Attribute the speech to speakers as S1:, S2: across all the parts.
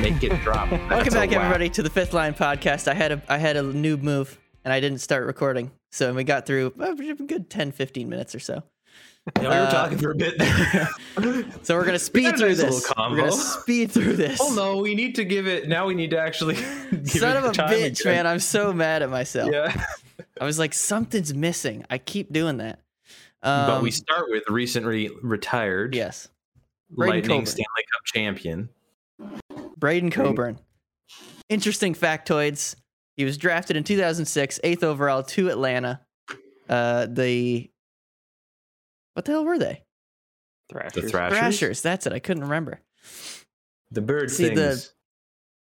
S1: make it drop. That's a
S2: Welcome back,
S1: whack.
S2: everybody, to the Fifth Line Podcast. I had a I had a noob move, and I didn't start recording, so we got through uh, a good 10, 15 minutes or so.
S3: Yeah, we were
S2: Uh,
S3: talking for a bit.
S2: So we're gonna
S3: had
S2: speed
S3: a
S2: through
S3: nice little
S2: this. We're
S3: combo.
S2: gonna speed through this.
S3: oh no, we need to give it. Now we need to actually. Give
S2: Son
S3: it
S2: of a
S3: time
S2: bitch,
S3: again.
S2: man! I'm so mad at myself.
S3: Yeah,
S2: I was like, something's missing. I keep doing that.
S3: but we
S2: Um,
S3: start with recently retired
S2: yes, Braden
S3: Lightning
S2: Colbert.
S3: Stanley Cup champion.
S2: Braden Coburn. Interesting factoids. He was drafted in 2006, eighth overall to Atlanta. Uh, the what the hell were they?
S3: The
S4: Thrashers.
S3: Thrashers,
S2: Thrashers. That's it. I couldn't remember.
S3: the bird
S2: See, the-
S3: things.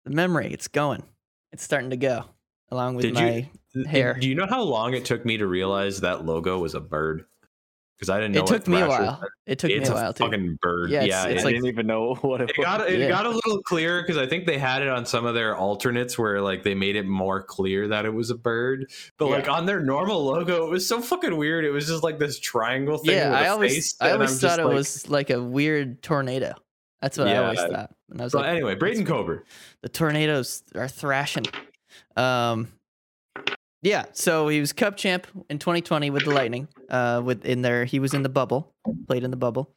S2: The memory, it's going. It's starting to go. Along with
S3: Did you-
S2: my
S3: Th-
S2: hair.
S3: Do you know how long it took me to realize that logo was a bird? Because I didn't know
S2: it
S3: what
S2: took me a
S3: Thrashers
S2: while.
S3: were.
S2: It took
S3: it's
S2: me a
S3: a
S2: while too.
S3: fucking bird.
S2: Yeah,
S3: Yeah,
S2: it's- it's
S3: it-
S4: I
S2: like-
S4: didn't even know what it,
S3: it
S4: was.
S3: got it
S2: Yeah.
S3: got a little clearer because I think they had it on some of their alternates where like they made it more clear that it was a bird. But like on their normal logo, it was so fucking weird. It was just like this triangle thing.
S2: Yeah,
S3: with
S2: I
S3: a
S2: always
S3: face,
S2: I
S3: and
S2: always
S3: I'm just
S2: thought it
S3: like-
S2: was like a weird tornado. That's what I always
S3: Yeah.
S2: thought. And I was
S3: But
S2: like,
S3: anyway, Braden Coburn.
S2: the tornadoes are thrashing. Um, yeah, so he was cup champ in 2020 with the Lightning. Uh, with in there, he was in the bubble, played in the bubble.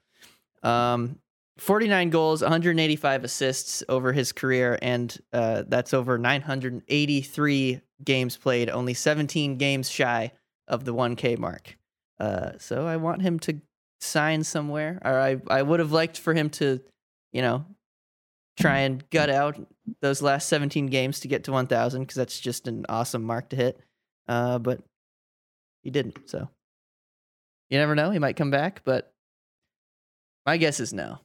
S2: Um, 49 goals, 185 assists over his career, and uh, that's over 983 games played, only 17 games shy of the 1K mark. Uh, so I want him to sign somewhere, or I, I would have liked for him to, you know, try and gut out those last 17 games to get to 1,000 because that's just an awesome mark to hit. Uh, but he didn't. So you never know. He might come back, but my guess is no.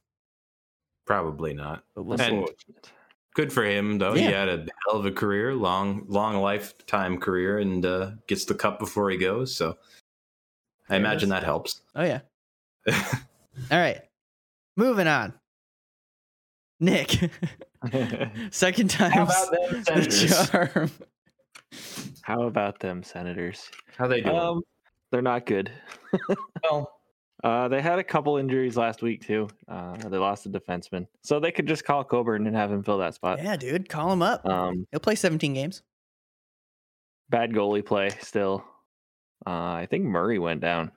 S3: Probably not.
S2: But we'll see.
S3: And good for him though. He had a hell of a career, long, long lifetime career, and uh, gets the cup before he goes. So I
S2: There it
S3: imagine
S2: is.
S3: that helps.
S2: Oh, yeah. All right. Moving on. Nick, second
S4: How
S2: time
S4: about them
S2: the
S4: senators?
S2: charm.
S4: How about them senators?
S3: How they doing?
S4: Um, they're not good.
S3: well,
S4: Uh, they had a couple injuries last week too. Uh, they lost a defenseman, so they could just call Coburn and have him fill that
S3: Uh,
S4: spot.
S2: Yeah, dude. Call him up.
S4: Um,
S2: He'll play 17 games.
S4: bad goalie play still. Uh, I think Murray went down.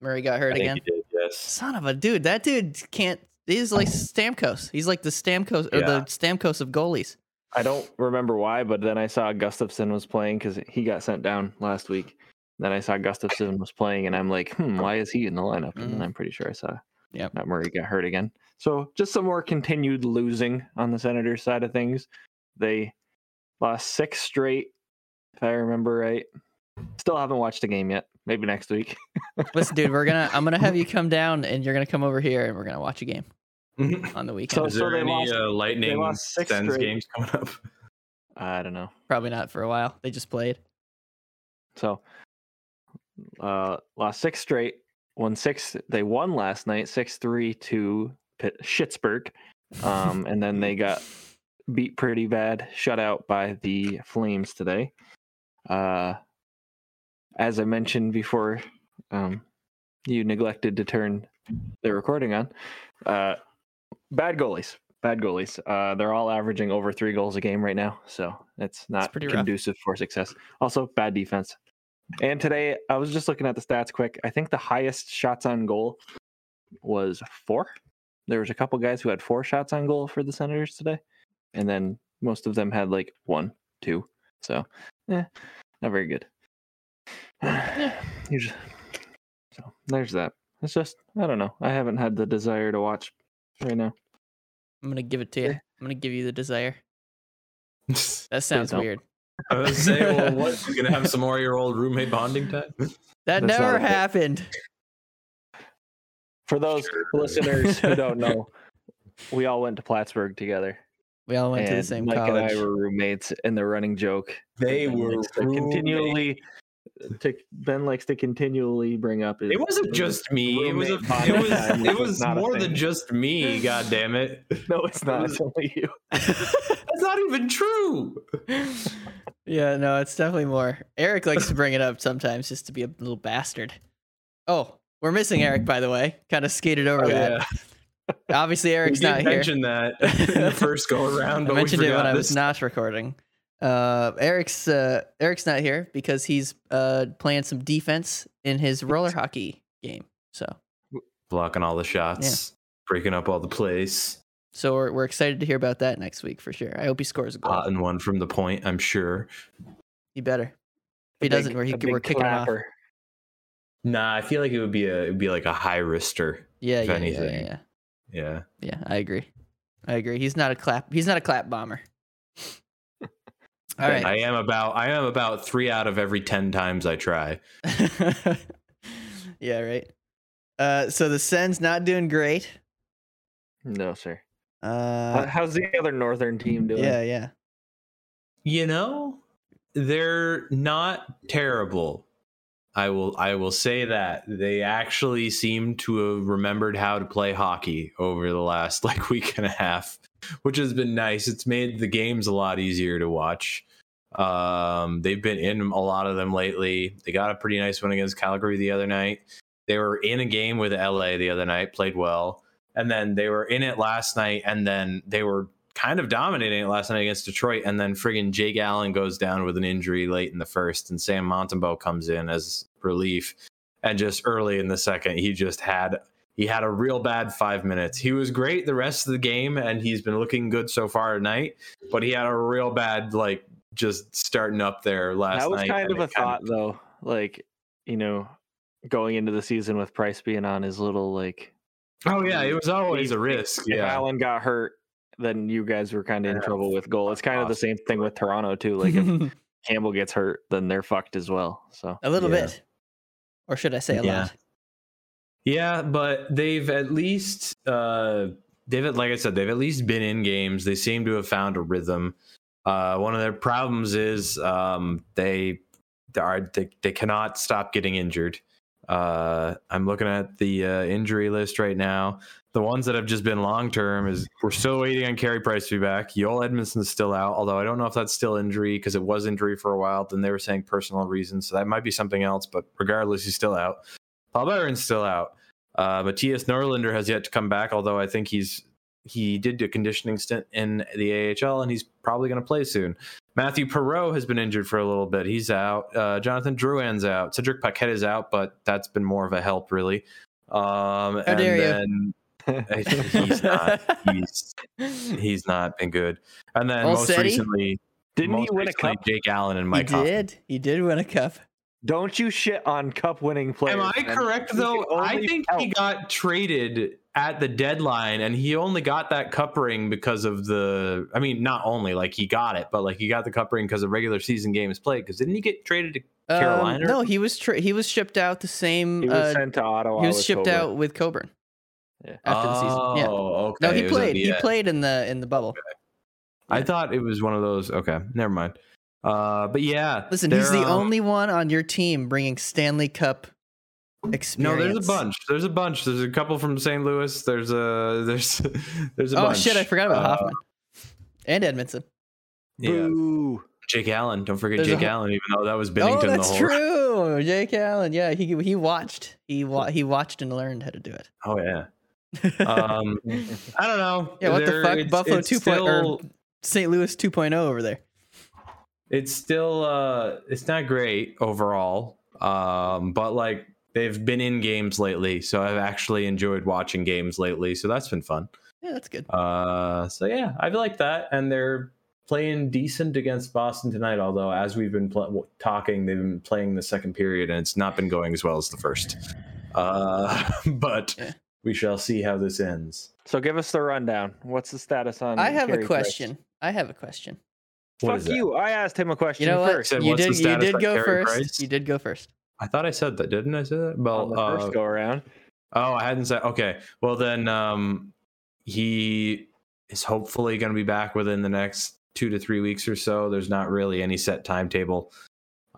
S2: Murray got hurt
S3: I think
S2: again.
S3: he did, yes.
S2: Son of a dude. That dude can't. He's like Stamkos. He's like the Stamkos or the
S3: Yeah.
S2: Stamkos of goalies.
S4: I don't remember why, but then I saw Gustafson was playing because he got sent down last week. Then I saw Gustafson was playing, and I'm like, hmm, why is he in the lineup? And then
S2: Mhm.
S4: I'm pretty sure I saw
S2: Yep.
S4: Matt Murray got hurt again. So just some more continued losing on the Senators side of things. They lost six straight, if I remember right. Still haven't watched the game yet. Maybe next week.
S2: Listen, dude, we're gonna I'm gonna have you come down and you're gonna come over here and we're gonna watch a game on the weekend.
S4: So-
S3: Is there
S4: they
S3: any
S4: lost-
S3: uh, lightning
S4: lost six
S3: Sens
S4: straight.
S3: games coming up?
S4: I don't know.
S2: Probably not for a while. They just played.
S4: So uh lost six straight, won six they won last night, six three to Pit- Schittsburg. Um and then they got beat pretty bad, shut out by the Flames today. Uh as I mentioned before, um you neglected to turn the recording on. Uh bad goalies. Bad goalies. Uh they're all averaging over three goals a game right now, so that's not
S2: pretty rough.
S4: conducive for success. Also, bad defense. And today, I was just looking at the stats quick. I think the highest shots on goal was four. There was a couple guys who had four shots on goal for the Senators today, and then most of them had like one, two. So, eh, not very good. You just- so there's that. It's just I don't know. I haven't had the desire to watch right now.
S2: I'm gonna give it to you.
S4: Yeah.
S2: I'm gonna give you the desire.
S3: I
S2: That sounds
S4: don't.
S2: weird.
S3: was say, well, what? You're gonna have some more of your old roommate bonding time?
S2: That
S4: That's
S2: never
S4: not okay.
S2: happened.
S4: For those
S3: Sure.
S4: listeners who don't know, we all went to Plattsburgh together.
S2: We all went to the
S4: and
S2: same
S4: Mike
S2: college.
S4: and I were roommates, and the running joke
S3: They
S4: Ben
S3: were
S4: likes to continually. To, ben likes to continually bring up. His,
S3: It wasn't
S4: his-
S3: just me. It was a,
S4: roommate bonding
S3: it was
S4: time,
S3: it
S4: which
S3: was
S4: not a
S3: more
S4: thing.
S3: than just me. God damn it!
S4: No, it's not. It's only you.
S3: That's not even true.
S2: yeah, no, it's definitely more. Eric likes to bring it up sometimes just to be a little bastard. Oh, we're missing Eric, by the way. Kind of skated over
S3: Oh,
S2: that.
S3: yeah.
S2: Obviously, Eric's
S3: we
S2: not
S3: did
S2: here.
S3: mention that in the first go around,
S2: I
S3: but we
S2: mentioned it
S3: forgot
S2: when I
S3: this
S2: was not recording. Uh, Eric's uh, Eric's not here because he's uh, playing some defense in his roller hockey game. So
S3: blocking all the shots, breaking up all the plays,
S2: so we're, we're excited to hear about that next week for sure. I hope he scores a goal.
S3: potting one from the point. I'm sure.
S2: he better. If
S4: Uh,
S2: he
S4: A big-
S2: doesn't, we're, he,
S4: a big
S2: we're kicking him off.
S4: clapper.
S3: Nah, I feel like it would be a it'd be like a high risker.
S2: Yeah,
S3: if
S2: yeah, yeah,
S3: anything.
S2: yeah, yeah.
S3: Yeah.
S2: Yeah, I agree. I agree. He's not a clap. He's not a clap bomber. All right.
S3: I am about I am about three out of every ten times I try.
S2: yeah, right. Uh, so the Sens not doing great.
S4: No, sir. How-
S2: Uh,
S4: How's the other northern team doing?
S2: yeah, yeah.
S3: You know, they're not terrible. I will I will say that. They actually seem to have remembered how to play hockey over the last like week and a half, which has been nice. It's made the games a lot easier to watch. Um, they've been in a lot of them lately. They got a pretty nice win against Calgary the other night. They were in a game with LA the other night, played well. And then they were in it last night, and then they were kind of dominating it last night against Detroit. And then friggin' Jake Allen goes down with an injury late in the first, and Sam Montembeau comes in as relief. And just early in the second, he just had he had a real bad five minutes. He was great the rest of the game, and he's been looking good so far tonight. But he had a real bad like just starting up there last
S4: that was
S3: night.
S4: kind
S3: and
S4: of a
S3: it kinda-
S4: thought, though. Like, you know, going into the season with Price being on his little like,
S3: Oh yeah, it was always a risk.
S4: if
S3: Yeah.
S4: Allen got hurt, then you guys were kind of in
S3: Yeah.
S4: trouble with goal. It's kind of the same thing with Toronto too. Like, if Campbell gets hurt, then they're fucked as well. So
S2: a little
S3: Yeah.
S2: bit, or should I say a
S3: Yeah.
S2: lot?
S3: Yeah, but they've at least uh they've like I said, they've at least been in games. They seem to have found a rhythm. Uh one of their problems is um they they are they, they cannot stop getting injured. Uh I'm looking at the uh, injury list right now. The ones that have just been long term is we're still waiting on Carey Price to be back. Joel Edmondson's still out, although I don't know if that's still injury because it was injury for a while. Then they were saying personal reasons, so that might be something else. But regardless, he's still out. Paul Byron's still out. Uh, Matthias Norlander has yet to come back, although I think he's he did a conditioning stint in the AHL and he's probably going to play soon. Matthew Perot has been injured for a little bit. He's out. Uh, Jonathan Drouin's out. Cedric Paquette is out, but that's been more of a help, really. Um, and
S2: dare you.
S3: then he's not. He's, he's not been good. And then most
S2: Olsetti?
S3: recently,
S4: didn't
S3: most
S4: he win a
S3: recently,
S4: cup?
S3: Jake Allen and
S2: he
S3: Mike Hoffman.
S2: did. He did win a cup.
S4: Don't you shit on cup winning players?
S3: Am I
S4: man.
S3: correct
S4: You
S3: though?
S4: can only
S3: I think he
S4: help.
S3: got traded at the deadline and he only got that cup ring because of the I mean not only like he got it, but like he got the cup ring because of regular season games played. Because didn't he get traded to
S2: Um,
S3: Carolina or
S2: no, he was tra- he was shipped out the same.
S4: He was
S2: uh,
S4: sent to Ottawa.
S2: he was
S4: with
S2: shipped
S4: Cobra.
S2: out with Coburn.
S4: Yeah.
S2: After the season, yeah.
S3: Oh, okay.
S2: No,
S3: It
S2: he
S3: was at
S2: played.
S3: the
S2: He
S3: end.
S2: played in the in the bubble.
S3: I thought it was one of those okay, never mind. Uh but yeah.
S2: Listen, he's
S3: they're,
S2: the
S3: um,
S2: only one on your team bringing Stanley Cup
S3: No,
S2: experience.
S3: there's a bunch. There's a bunch. There's a couple from St. Louis. There's a there's there's a
S2: oh
S3: bunch.
S2: shit, I forgot about
S3: Uh,
S2: Hoffman and Edmondson.
S3: Yeah.
S4: Boo.
S3: Jake Allen. Don't forget
S2: There's a
S3: Jake
S2: whole-
S3: Allen, even though that was Bennington
S2: oh,
S3: the
S2: that's
S3: whole
S2: true. Jake Allen. Yeah, he he watched. He wa- he watched and learned how to do it.
S3: Oh yeah. Um, I don't know.
S2: Yeah, what the
S3: They're-
S2: fuck?
S3: it's-
S2: Buffalo
S3: it's
S2: 2.0
S3: still-
S2: St. Louis 2.0 over there.
S3: It's still uh, it's not great overall. Um, but like they've been in games lately, so I've actually enjoyed watching games lately. So that's been fun.
S2: Yeah, that's good.
S3: Uh, so yeah, I've liked that, and they're playing decent against Boston tonight. Although as we've been pl- talking, they've been playing the second period, and it's not been going as well as the first. Uh, but
S2: Yeah.
S3: we shall see how this ends.
S4: So give us the rundown. What's the status on?
S2: I have
S4: Carey
S2: a
S4: Price?
S2: question. I have a question.
S3: What
S4: Fuck
S3: is that?
S4: you! I asked him a question
S2: You know what?
S4: first
S3: Said,
S2: you
S3: what's the
S2: did. You
S3: status
S2: did
S3: on
S2: go
S3: Carey
S2: first.
S3: Price?
S2: You did go first.
S3: I thought I said that, didn't I say that?
S4: on the
S3: Well, uh,
S4: first go around.
S3: oh, I hadn't said. Okay, well then, um, he is hopefully going to be back within the next two to three weeks or so. There's not really any set timetable.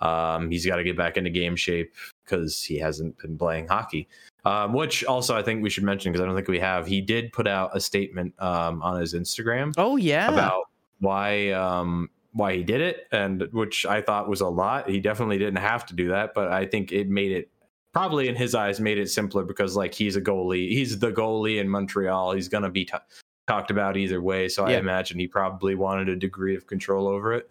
S3: Um, he's got to get back into game shape because he hasn't been playing hockey. Um, which also I think we should mention because I don't think we have. He did put out a statement um, on his Instagram
S2: Oh yeah.
S3: about why um why he did it and which I thought was a lot. He definitely didn't have to do that, but I think it made it probably in his eyes made it simpler because like he's a goalie, he's the goalie in Montreal. He's gonna be t- talked about either way, so
S2: Yeah.
S3: I imagine he probably wanted a degree of control over it.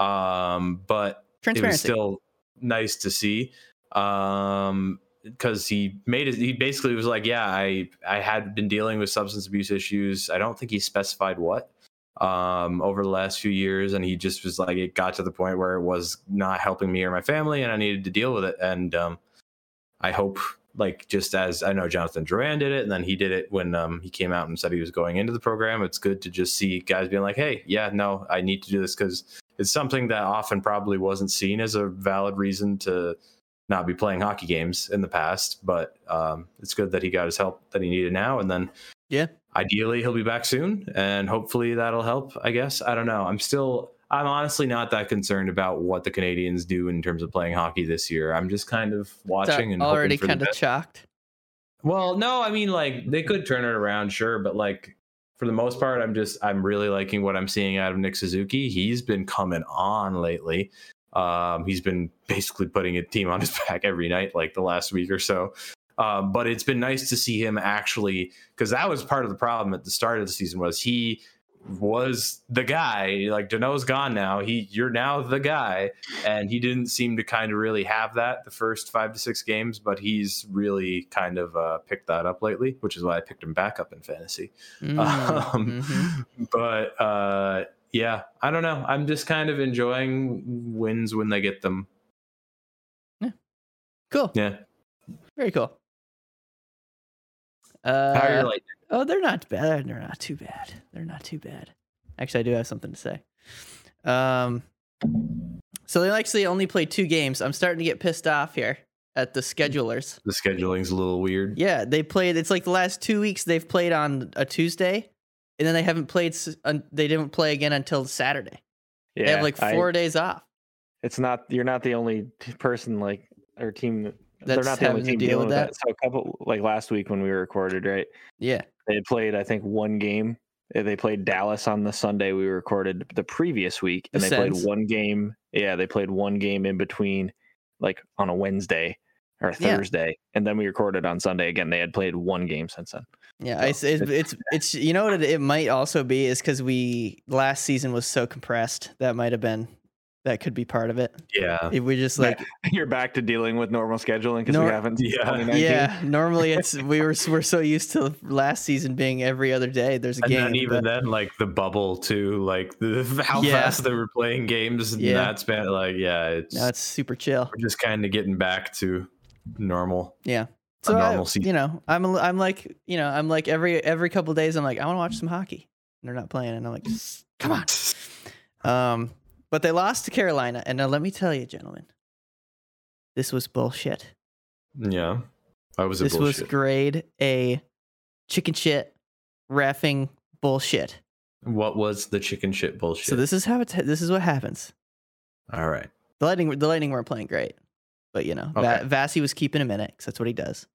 S3: Um, but it was
S2: Transparency.
S3: still nice to see um because he made it he basically was like yeah i i had been dealing with substance abuse issues i don't think he specified what um over the last few years and he just was like it got to the point where it was not helping me or my family and i needed to deal with it and um i hope like just as i know jonathan duran did it and then he did it when um he came out and said he was going into the program it's good to just see guys being like hey yeah no i need to do this because it's something that often probably wasn't seen as a valid reason to not be playing hockey games in the past. But um, it's good that he got his help that he needed now, and then
S2: Yeah.
S3: ideally he'll be back soon, and hopefully that'll help. I guess I don't know. I'm still I'm honestly not that concerned about what the Canadians do in terms of playing hockey this year. I'm just kind of watching and hoping
S2: uh, already
S3: for the
S2: kind of
S3: best.
S2: shocked.
S3: Well, no, I mean like they could turn it around, sure, but like for the most part, I'm just I'm really liking what I'm seeing out of Nick Suzuki. He's been coming on lately. Um, he's been basically putting a team on his back every night, like the last week or so. Um, but it's been nice to see him actually, because that was part of the problem at the start of the season was he was the guy. Like Dano's gone now. He you're now the guy, and he didn't seem to kind of really have that the first five to six games. But he's really kind of uh, picked that up lately, which is why I picked him back up in fantasy.
S2: Mm,
S3: Um,
S2: mhm.
S3: But uh, yeah, I don't know. I'm just kind of enjoying wins when they get them.
S2: Cool.
S3: Yeah.
S2: Very cool.
S3: How are your
S2: Uh,
S3: Lightning?
S2: oh, they're not bad. They're not too bad. They're not too bad. Actually, I do have something to say. Um, so they actually only played two games. I'm starting to get pissed off here at the
S3: Hmm.
S2: schedulers.
S3: the scheduling's a little weird.
S2: Yeah, they played. It's like the last two weeks they've played on a Tuesday, and then they haven't played. s- un- They didn't play again until Saturday.
S4: Yeah,
S2: they have like
S4: I-
S2: four days off.
S4: it's not you're not the only t- person like or team.
S2: That's
S4: they're not the only
S2: having to
S4: team
S2: deal
S4: dealing
S2: with
S4: with that. So a couple like last week when we were recorded, right?
S2: Yeah,
S4: They had played I think one game. Uh, They played Dallas on the Sunday we recorded the previous week, and
S2: The
S4: they
S2: Sens.
S4: played one game. Yeah, they played one game in between, like on a Wednesday or a
S2: Yeah.
S4: Thursday, and then we recorded on Sunday again. They had played one game since then.
S2: yeah.
S4: So,
S2: I s- it's, it's it's you know what it, it might also be is because we last season was so compressed that might have been that could be part of it.
S3: Yeah.
S2: If we just
S4: Yeah.
S2: like
S4: You're back to dealing with normal scheduling because
S2: Nor-
S4: we haven't.
S3: Yeah.
S2: yeah, normally it's we were s- we're so used to last season being every other day. There's a
S3: And
S2: game.
S3: then even
S2: but-
S3: then, like the bubble too, like the, how
S2: Yeah.
S3: fast they were playing games in
S2: Yeah.
S3: that span. Like, yeah, it's,
S2: no, it's super chill.
S3: we're just kind of getting back to normal.
S2: Yeah.
S3: A
S2: So I-
S3: normal season.
S2: you know, I'm a li- I'm like you know I'm like every every couple days I'm like I want to watch some hockey. And they're not playing, and I'm like, "S- come on. Um, but they lost to Carolina, and now let me tell you, gentlemen, this was bullshit.
S3: Yeah, I was a
S2: this
S3: bullshit.
S2: was grade A chicken shit, raffing bullshit.
S3: what was the chicken shit bullshit?
S2: So this is how it this is what happens.
S3: All right.
S2: The Lightning, the Lightning weren't playing great, but you know, Va-
S3: Okay.
S2: Vasi was keeping him in it 'cause that's what he does.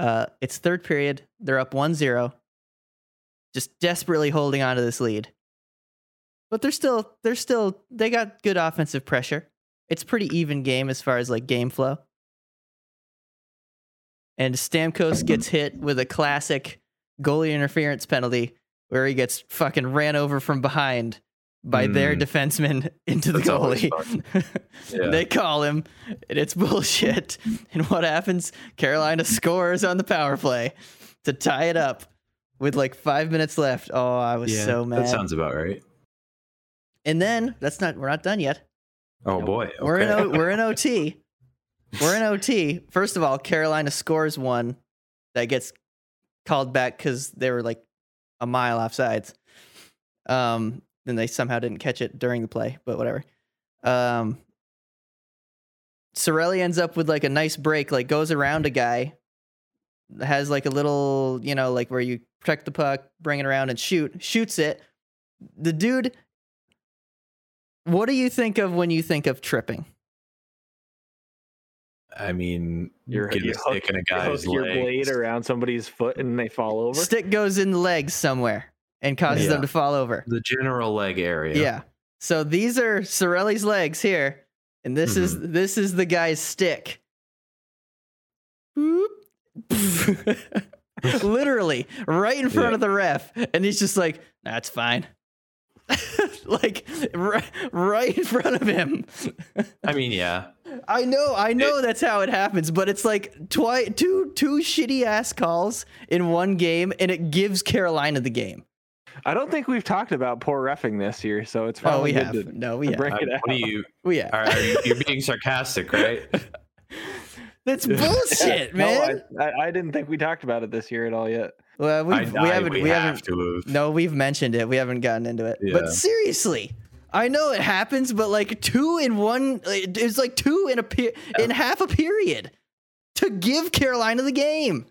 S2: Uh, it's third period. They're up 1-0. just desperately holding on to this lead. But they're still, they're still, they got good offensive pressure. It's a pretty even game as far as like game flow. And Stamkos gets hit with a classic goalie interference penalty where he gets fucking ran over from behind by their
S3: Mm.
S2: defenseman into the
S3: That's always
S2: goalie.
S3: Yeah.
S2: They call him, and it's bullshit. And what happens? Carolina scores on the power play to tie it up with like five minutes left. Oh, I was
S3: yeah,
S2: so mad.
S3: That sounds about right.
S2: and then that's not. We're not done yet.
S3: Oh
S4: Nope.
S3: boy.
S2: We're in.
S3: okay.
S2: O, we're in OT. We're in OT. First of all, Carolina scores one that gets called back because they were like a mile offsides. Um, then they somehow didn't catch it during the play, but whatever. Um, Sorelli ends up with like a nice break, like goes around a guy, has like a little, you know, like where you protect the puck, bring it around and shoot, shoots it. The dude, what do you think of when you think of tripping?
S3: I mean,
S4: You're-
S3: get
S4: you
S3: a stick
S4: hook-
S3: in a
S4: You hook
S3: guy's
S4: your blade
S3: legs.
S4: around somebody's foot and they fall over.
S2: Stick goes in the legs somewhere and causes
S3: Yeah.
S2: them to fall over.
S3: The general leg area.
S2: Yeah. So these are Sorelli's legs here, and this is this is the guy's stick. boop. Literally right in front
S3: Yeah.
S2: of the ref, and he's just like, "That's fine." like right, right in front of him.
S3: I mean, yeah.
S2: I know, I know that's how it happens, but it's like twi- two two shitty ass calls in one game, and it gives Carolina the game.
S4: I don't think we've talked about poor refing this year, so it's
S2: Oh,
S4: probably
S2: we
S4: good
S2: have.
S4: to
S2: No, we
S4: to
S2: have.
S4: bring
S3: I-
S4: it out.
S3: Uh, what do you?
S2: We have.
S3: Are, are you you're being sarcastic, right?
S2: That's bullshit,
S4: No,
S2: man.
S4: I, I, I didn't think we talked about it this year at all yet.
S2: well, we've,
S3: I-
S2: we
S3: I-
S2: haven't. We,
S3: have
S2: haven't.
S3: to have.
S2: No, we've mentioned it. We haven't gotten into it.
S3: Yeah.
S2: But seriously, I know it happens, but like two in one, it- it's like two in a pe- in half a period to give Carolina the game.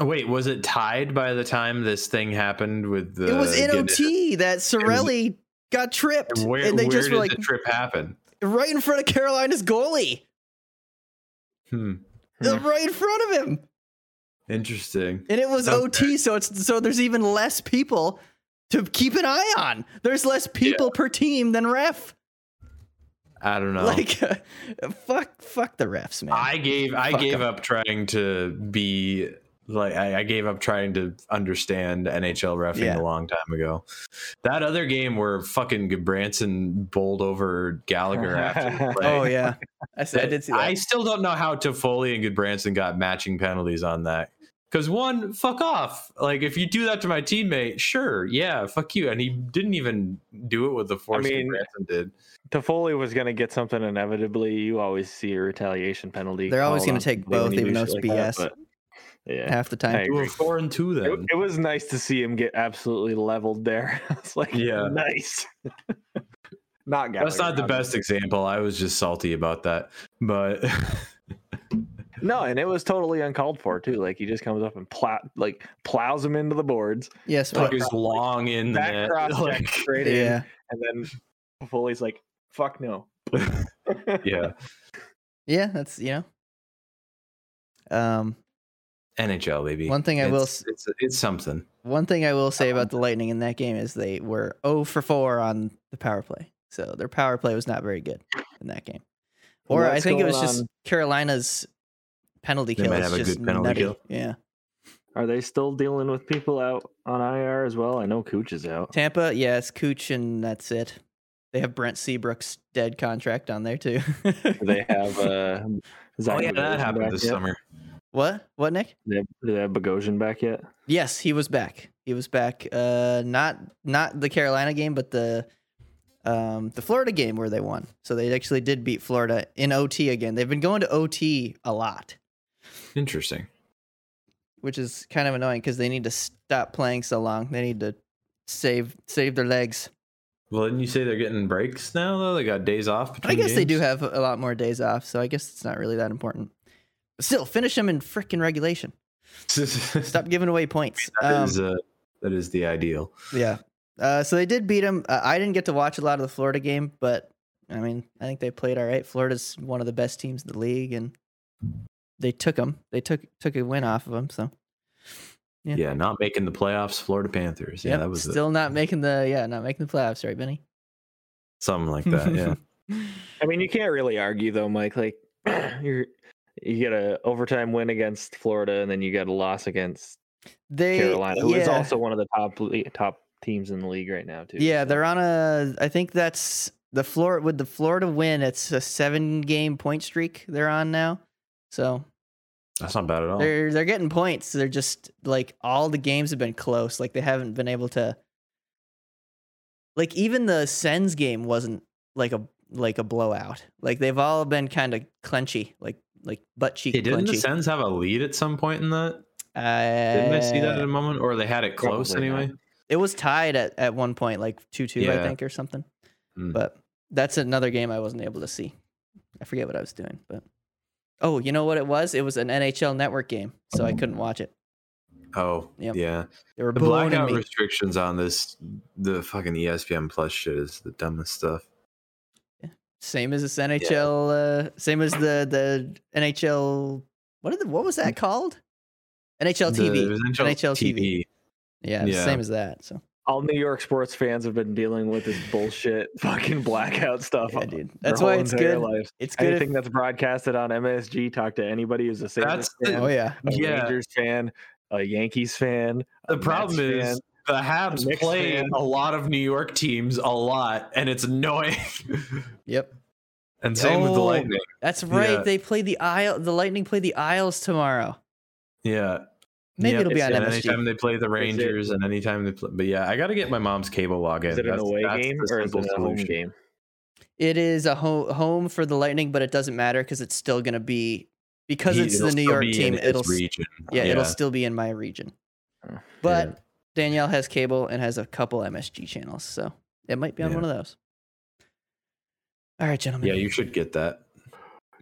S3: Oh, Wait, was it tied by the time this thing happened with the?
S2: it was in
S3: Guinness?
S2: OT that Sorelli got tripped,
S3: Where,
S2: and they
S3: where
S2: just
S3: did
S2: were like
S3: the trip happen?
S2: right in front of Carolina's goalie,
S3: Hmm.
S4: Hmm.
S2: right in front of him.
S3: Interesting.
S2: And it was
S3: Okay.
S2: OT, so it's so there's even less people to keep an eye on. There's less people per team than ref.
S3: I don't know.
S2: Like, fuck, fuck the refs, man.
S3: Oh. I gave I
S2: Fuck
S3: gave
S2: 'em.
S3: up trying to be like I, I gave up trying to understand NHL refing
S2: Yeah.
S3: a long time ago. That other game where fucking Branson bowled over Gallagher after the play.
S2: oh yeah, I, said, I did see that.
S3: I still don't know how Toffoli and Goodbranson got matching penalties on that. Because one, fuck off. Like if you do that to my teammate, sure, yeah, fuck you. And he didn't even do it with the force
S4: mean-
S3: Goodbranson did.
S4: Toffoli was going to get something inevitably. You always see a retaliation penalty.
S2: They're always
S4: called
S2: gonna
S4: on
S2: take
S4: somebody when
S2: both,
S4: you
S2: even
S4: do
S2: though
S4: shit
S2: it's
S4: like
S2: BS.
S4: that, but, yeah.
S2: Half the time,
S4: I
S3: You were
S4: agree.
S3: four and two
S4: It,
S3: then.
S4: it was nice to see him get absolutely leveled there. It's like,
S3: Yeah.
S4: nice. not Gallagher.
S3: That's not the best example. I was just salty about that. But
S4: obviously. No, and it was totally uncalled for too. Like he just comes up and plow, like plows him into the boards,
S2: yes,
S3: like
S2: what?
S3: it's long in the
S4: back
S3: net.
S4: cross check
S3: Like,
S4: straight
S2: yeah,
S4: in, and then Foley's like, "Fuck no."
S3: yeah.
S2: yeah. That's you know. Um,
S3: NHL baby.
S2: One thing I
S3: it's,
S2: will s-
S3: it's, it's something.
S2: one thing I will say about the Lightning in that game is they were 0 for 4 on the power play. So their power play was not very good in that game. Or I
S4: What's
S2: think it was
S4: going
S2: just
S4: on?
S2: Carolina's penalty
S3: They
S2: kill.
S3: might
S2: is
S3: have a
S2: just
S3: good penalty
S2: nutty.
S3: kill.
S2: Yeah.
S4: Are they still dealing with people out on IR as well? I know Cooch is out.
S2: Tampa, yes, Cooch and that's it. They have Brent Seabrook's dead contract on there too.
S4: Do they have uh,
S3: oh
S4: Zach
S3: yeah, that
S4: Bogosian
S3: happened
S4: back
S3: this
S4: yet?
S3: summer.
S2: what? What Nick?
S4: Do they have, do they have Bogosian back yet?
S2: Yes, he was back. He was back. Uh, not not the Carolina game, but the um the Florida game where they won. So they actually did beat Florida in OT again. They've been going to OT a lot,
S3: Interesting.
S2: which is kind of annoying because they need to stop playing so long. They need to save save their legs.
S3: Well, didn't you say they're getting breaks now though? They got days off
S2: But I
S3: between
S2: guess they do
S3: games?
S2: have a lot more days off, so I guess it's not really that important. But still, finish them in frickin' regulation. Stop giving away points. Um,
S3: That is, uh, that is the ideal.
S2: Yeah. Uh, so they did beat them. Uh, I didn't get to watch a lot of the Florida game, but I mean, I think they played all right. Florida's one of the best teams in the league, and they took them. They took took a win off of them. So Yeah.
S3: Yeah. not making the playoffs, Florida Panthers. Yeah,
S2: yep,
S3: that was it.
S2: still not making the yeah, not making the playoffs, right, Benny?
S3: something like that. Yeah,
S4: I mean, you can't really argue though, Mike. Like you're you get a overtime win against Florida, and then you get a loss against
S2: they
S4: Carolina, who is
S2: yeah.
S4: also one of the top le- top teams in the league right now too.
S2: Yeah,
S4: so.
S2: they're on a. I think that's the floor with the Florida win. It's a seven game point streak they're on now. So
S3: that's not bad at all.
S2: they're they're getting points. They're just like all the games have been close. Like they haven't been able to. Like even the Sens game wasn't like a like a blowout. Like they've all been kind of clenchy, like like butt cheek
S3: Hey, didn't the
S2: clenchy.
S3: Sens have a lead at some point in that?
S2: uh,
S3: Didn't I see that at a moment, or they had it close
S4: Probably not.
S3: anyway?
S2: It was tied at, at one point, like two two, I
S3: Yeah.
S2: think, or something.
S3: Mm.
S2: But that's another game I wasn't able to see. I forget what I was doing, but oh, you know what it was? It was an NHL Network game, so I couldn't watch it.
S3: Oh,
S2: Yep.
S3: yeah.
S2: They were
S3: The
S2: ballooning
S3: blackout
S2: me.
S3: restrictions on this, the fucking ESPN Plus shit is the dumbest stuff.
S2: Same as this NHL, uh, same as the the NHL. What did the, what was that called? NHL
S3: Mm-hmm. The-
S2: TV.
S3: it was
S2: NHL TV. Yeah, it was
S3: yeah.
S2: same as that. So
S4: all New York sports fans have been dealing with this bullshit fucking blackout stuff.
S2: Yeah,
S4: their
S2: dude. That's
S4: whole
S2: why it's
S4: entire
S2: good.
S4: lives.
S2: It's good. if-
S4: Anything that's broadcasted on MSG, talk to anybody who's a Sabres
S3: That's the-
S4: fan,
S2: oh yeah.
S4: a
S3: Yeah.
S4: Rangers fan, a Yankees fan. a
S3: The
S4: Mets
S3: problem is
S4: fan.
S3: the Habs
S4: Knicks
S3: play
S4: fan.
S3: a lot of New York teams a lot, and it's annoying.
S2: Yep.
S3: and same with the
S2: Oh.
S3: Lightning.
S2: That's right.
S3: Yeah.
S2: They play the Isle. The Lightning play the Isles tomorrow.
S3: Yeah.
S2: Maybe
S3: Yeah,
S2: it'll be
S4: it's-
S2: on
S3: And
S2: MSG.
S3: anytime they play the Rangers, and anytime they play, but yeah, I got to get my mom's cable login.
S4: Is it an
S3: That's-
S4: away
S3: that's
S4: game
S3: the
S4: or is
S3: simple
S4: it a home
S3: solution.
S4: game?
S2: It is a ho- home for the Lightning, but it doesn't matter because it's still gonna be because
S3: He-
S2: it's
S3: it'll
S2: the New
S3: still
S2: York
S3: be in
S2: team.
S3: his
S2: It'll s-
S3: region.
S2: yeah, it'll still be in my region.
S4: Oh,
S2: But
S3: Uh, yeah.
S2: Danielle has cable and has a couple MSG channels, so it might be on
S3: Yeah.
S2: one of those. All right, gentlemen.
S3: yeah, you should get that.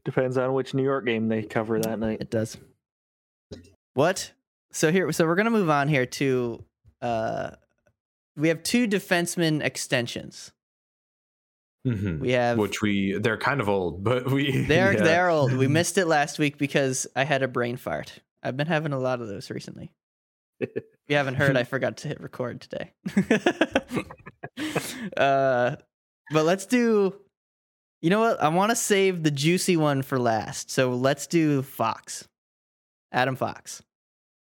S4: Depends on which New York game they cover that night.
S2: It does. What? So here, so we're gonna move on here to. Uh, we have two defenseman extensions.
S3: Mhm.
S2: We have
S3: Which we they're kind of old, but we
S2: they're
S3: yeah.
S2: they're old. We missed it last week because I had a brain fart. I've been having a lot of those recently. if you haven't heard, I forgot to hit record today. uh, but let's do. You know what? I want to save the juicy one for last. So let's do Fox, Adam Fox,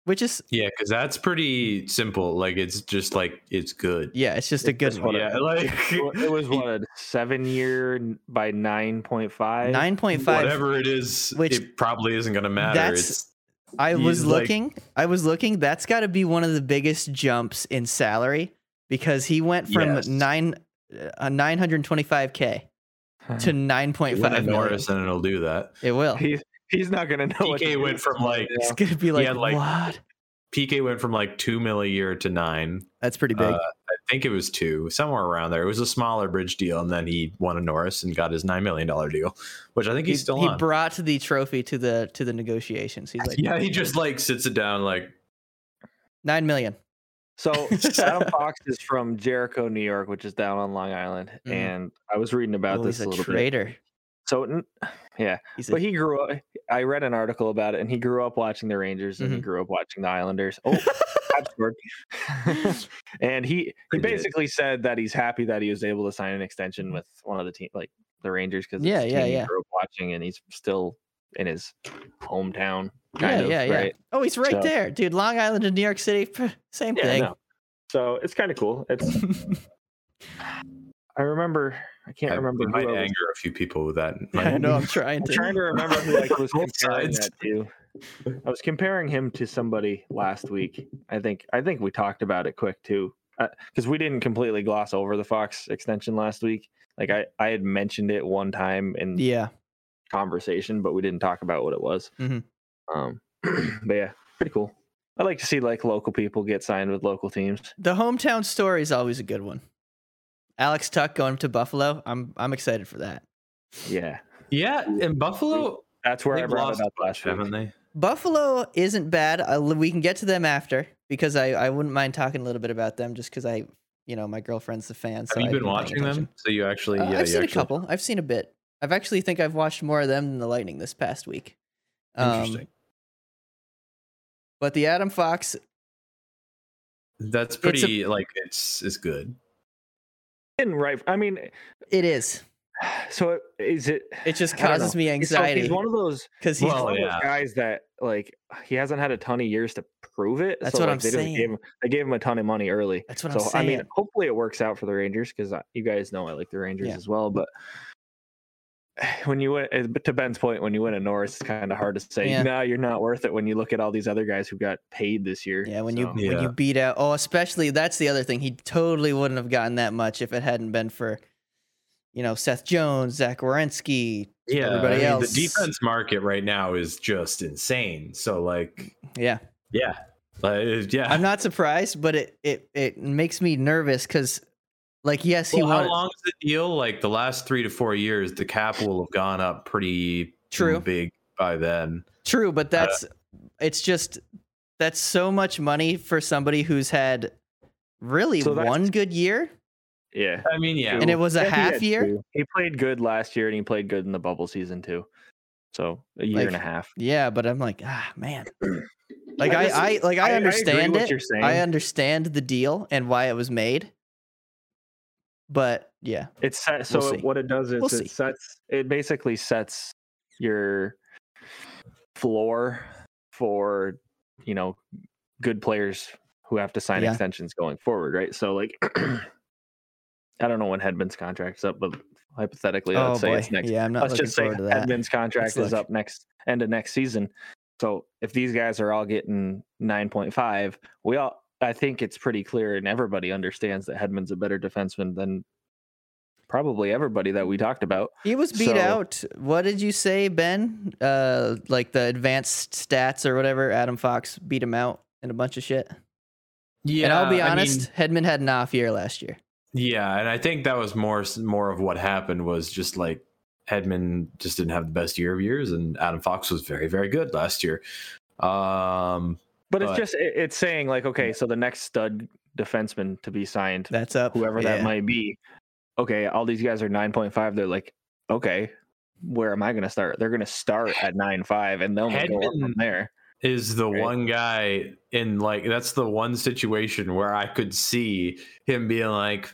S2: which is
S3: yeah, because that's pretty simple. Like it's just like it's good.
S2: Yeah, it's just a
S4: It's
S2: good
S4: just
S2: one.
S4: what
S3: Yeah, like
S4: It was what a seven year by nine point five.
S2: Nine point five.
S3: whatever it is,
S2: Which-
S3: it probably isn't going to matter.
S2: That's-
S3: it's
S2: I
S3: you
S2: was
S3: like-
S2: looking. I was looking. That's got to be one of the biggest jumps in salary because he went from
S3: Yes.
S2: nine a nine hundred twenty five k to nine point
S3: win a
S2: five million.
S3: Norris, and it'll do that.
S2: It will.
S4: He's he's not gonna know. what to
S3: PK
S4: do
S3: went from like
S2: It's gonna be like,
S3: had, like-
S2: what?
S3: PK went from like two mil a year to nine.
S2: That's pretty big.
S3: Uh, I think it was two, somewhere around there. It was a smaller bridge deal, and then he won a Norris and got his nine million dollar deal, which I think
S2: he,
S3: he's still
S2: he
S3: on.
S2: brought the trophy to the to the negotiations. He's like
S3: yeah, he just like sits it down, like
S2: nine million.
S4: So Adam Fox is from Jericho, New York, which is down on Long Island.
S2: Mhm.
S4: And I was reading about
S2: Oh,
S4: this
S2: he's
S4: a
S2: a
S4: little bit.
S2: traitor.
S4: So n-
S2: He's
S4: but
S2: a,
S4: he grew up I read an article about it and he grew up watching the Rangers and he
S2: Mhm.
S4: grew up watching the Islanders. Oh that's good. and he
S3: I
S4: he
S3: did.
S4: basically said that he's happy that he was able to sign an extension with one of the team like the Rangers because
S2: Mm-hmm. Yeah, yeah,
S4: he
S2: yeah.
S4: grew up watching and he's still in his hometown.
S2: yeah,
S4: Kind of,
S2: yeah, yeah.
S4: right?
S2: Oh, he's right
S4: So-
S2: there, dude. Long Island and New York City, same
S4: Yeah,
S2: thing.
S4: no. So it's kind of cool. It's I remember I can't
S3: I
S4: remember
S3: remember
S4: who
S3: might
S4: I was-
S3: anger a few people with that.
S2: I know. I'm trying
S4: I'm
S2: to.
S4: trying to remember who I was
S3: Both
S4: comparing
S3: sides.
S4: that to. I was comparing him to somebody last week. I think I think we talked about it quick too, because we didn't completely gloss over the Fox extension last week. Like I I had mentioned it one time in
S2: Yeah.
S4: conversation, but we didn't talk about what it was.
S2: Mhm.
S4: Um, but yeah, pretty cool. I like to see like local people get signed with local teams.
S2: The hometown story is always a good one. Alex Tuck going to Buffalo. I'm I'm excited for that.
S4: Yeah,
S3: Yeah, and Buffalo,
S4: that's where I
S3: they've
S4: brought it
S3: lost
S4: up
S3: a bunch,
S4: last week.
S3: haven't they?
S2: Buffalo isn't bad. I, we can get to them after because I, I wouldn't mind talking a little bit about them just because I you know my girlfriend's a fan. So
S3: Have you
S2: I've
S3: been
S2: paying
S3: watching them?
S2: attention.
S3: So you actually,
S2: Uh,
S3: yeah,
S2: I've
S3: you
S2: seen
S3: actually,
S2: a couple. I've seen a bit. I've actually think I've watched more of them than the Lightning this past week. Um,
S3: Interesting.
S2: But the Adam Fox,
S3: That's pretty like it's it's good.
S4: And right, I mean,
S2: it is.
S4: so is it?
S2: It just
S4: I don't
S2: causes
S4: know.
S2: me
S4: So
S2: anxiety
S4: he's one of those.
S2: because
S4: he's
S2: he's,
S3: Well,
S4: one of
S3: yeah.
S4: those guys that like he hasn't had a ton of years to prove it.
S2: That's what
S4: like,
S2: I'm
S4: they just
S2: saying.
S4: Gave him, they gave him a ton of money early.
S2: that's what
S4: so
S2: I'm saying.
S4: I mean, hopefully it works out for the Rangers because you guys know I like the Rangers
S2: Yeah.
S4: as well. But when you win, eh, but to Ben's point, when you win a Norris, it's kind of hard to say
S2: Yeah.
S4: no, you're not worth it. When you look at all these other guys who got paid this year.
S2: Yeah, when
S4: So,
S2: you when
S3: Yeah.
S2: you beat out oh, especially that's the other thing. He totally wouldn't have gotten that much if it hadn't been for, you know, Seth Jones, Zach Wierenski.
S3: Yeah,
S2: Everybody
S3: I mean,
S2: else-
S3: the defense market right now is just insane. So like,
S2: Yeah,
S3: yeah, like, yeah.
S2: I'm not surprised, but it it it makes me nervous because, like, yes, he
S3: Well,
S2: won.
S3: how long is the deal? Like the last three to four years, the cap will have gone up pretty
S2: True.
S3: big by then.
S2: True, but that's it's just that's so much money for somebody who's had really
S4: So that's-
S2: one good year.
S4: yeah.
S3: I mean, yeah,
S2: And it was a
S4: Yeah, he
S2: half
S4: had
S2: year?
S4: two. He played good last year, and he played good in the bubble season too. So a year
S2: Like-
S4: and a half.
S2: Yeah, but I'm like, ah, man, Like I,
S4: listen,
S2: I like I
S4: agree
S2: understand
S4: what
S2: it.
S4: you're saying.
S2: I understand the deal and why it was made. But yeah,
S4: It's set, so
S2: We'll
S4: it-
S2: see.
S4: what it does is
S2: We'll see.
S4: it sets it basically sets your floor for you know good players who have to sign
S2: Yeah.
S4: extensions going forward, right? So like I don't know when Hedman's contract's up, but hypothetically
S2: oh
S4: let's say
S2: boy,
S4: it's next
S2: yeah, I'm not
S4: let's
S2: looking
S4: just say
S2: forward to that.
S4: Edmonds' contract
S2: Let's
S4: is
S2: look.
S4: up next end of next season. So if these guys are all getting nine point five, we all I think it's pretty clear and everybody understands that Hedman's a better defenseman than probably everybody that we talked about.
S2: He was beat
S4: So-
S2: out. What did you say, Ben? Uh, like the advanced stats or whatever. Adam Fox beat him out and a bunch of shit.
S3: Yeah,
S2: and I'll be
S3: I mean,
S2: honest, Hedman had an off year last year.
S3: yeah, and I think that was more more of what happened was just like Hedman just didn't have the best year of years, and Adam Fox was very very good last year. Um,
S4: But, it's
S3: But-
S4: just it, it's saying like, okay, so the next stud defenseman to be signed,
S2: That's up.
S4: whoever that
S2: Yeah.
S4: might be, okay, all these guys are nine point five. They're like, okay, where am I gonna start? They're gonna start at nine five and they'll go up from
S3: Hedman-
S4: there.
S3: is the
S4: Right.
S3: one guy in like that's the one situation where I could see him being like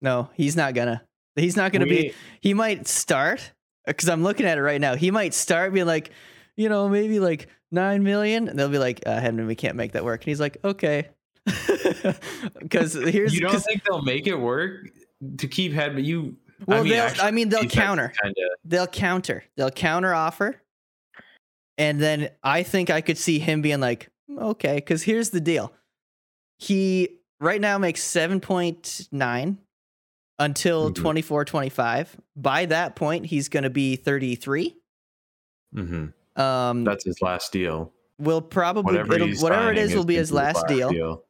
S2: No, he's not gonna. He's not gonna
S3: we-
S2: be. He might start because I'm looking at it right now. He might start being like, you know, maybe like nine million, and they'll be like, uh, Hedman, we can't make that work. And he's like, okay, because here's
S3: you don't
S2: 'cause-
S3: think they'll make it work to keep head but you
S2: well,
S3: I mean,
S2: they'll,
S3: actually,
S2: I mean, they'll counter,
S3: kind of
S2: they'll counter, they'll counter offer, and then I think I could see him being like, okay, because here's the deal, he right now makes seven point nine until
S3: Mhm.
S2: twenty four twenty five. By that point, he's going to be thirty three.
S3: Mhm.
S2: Um,
S3: that's his last deal
S2: will probably
S3: whatever,
S2: it'll,
S3: he's
S2: whatever it
S3: signing
S2: is will be
S3: gonna
S2: his last, deal.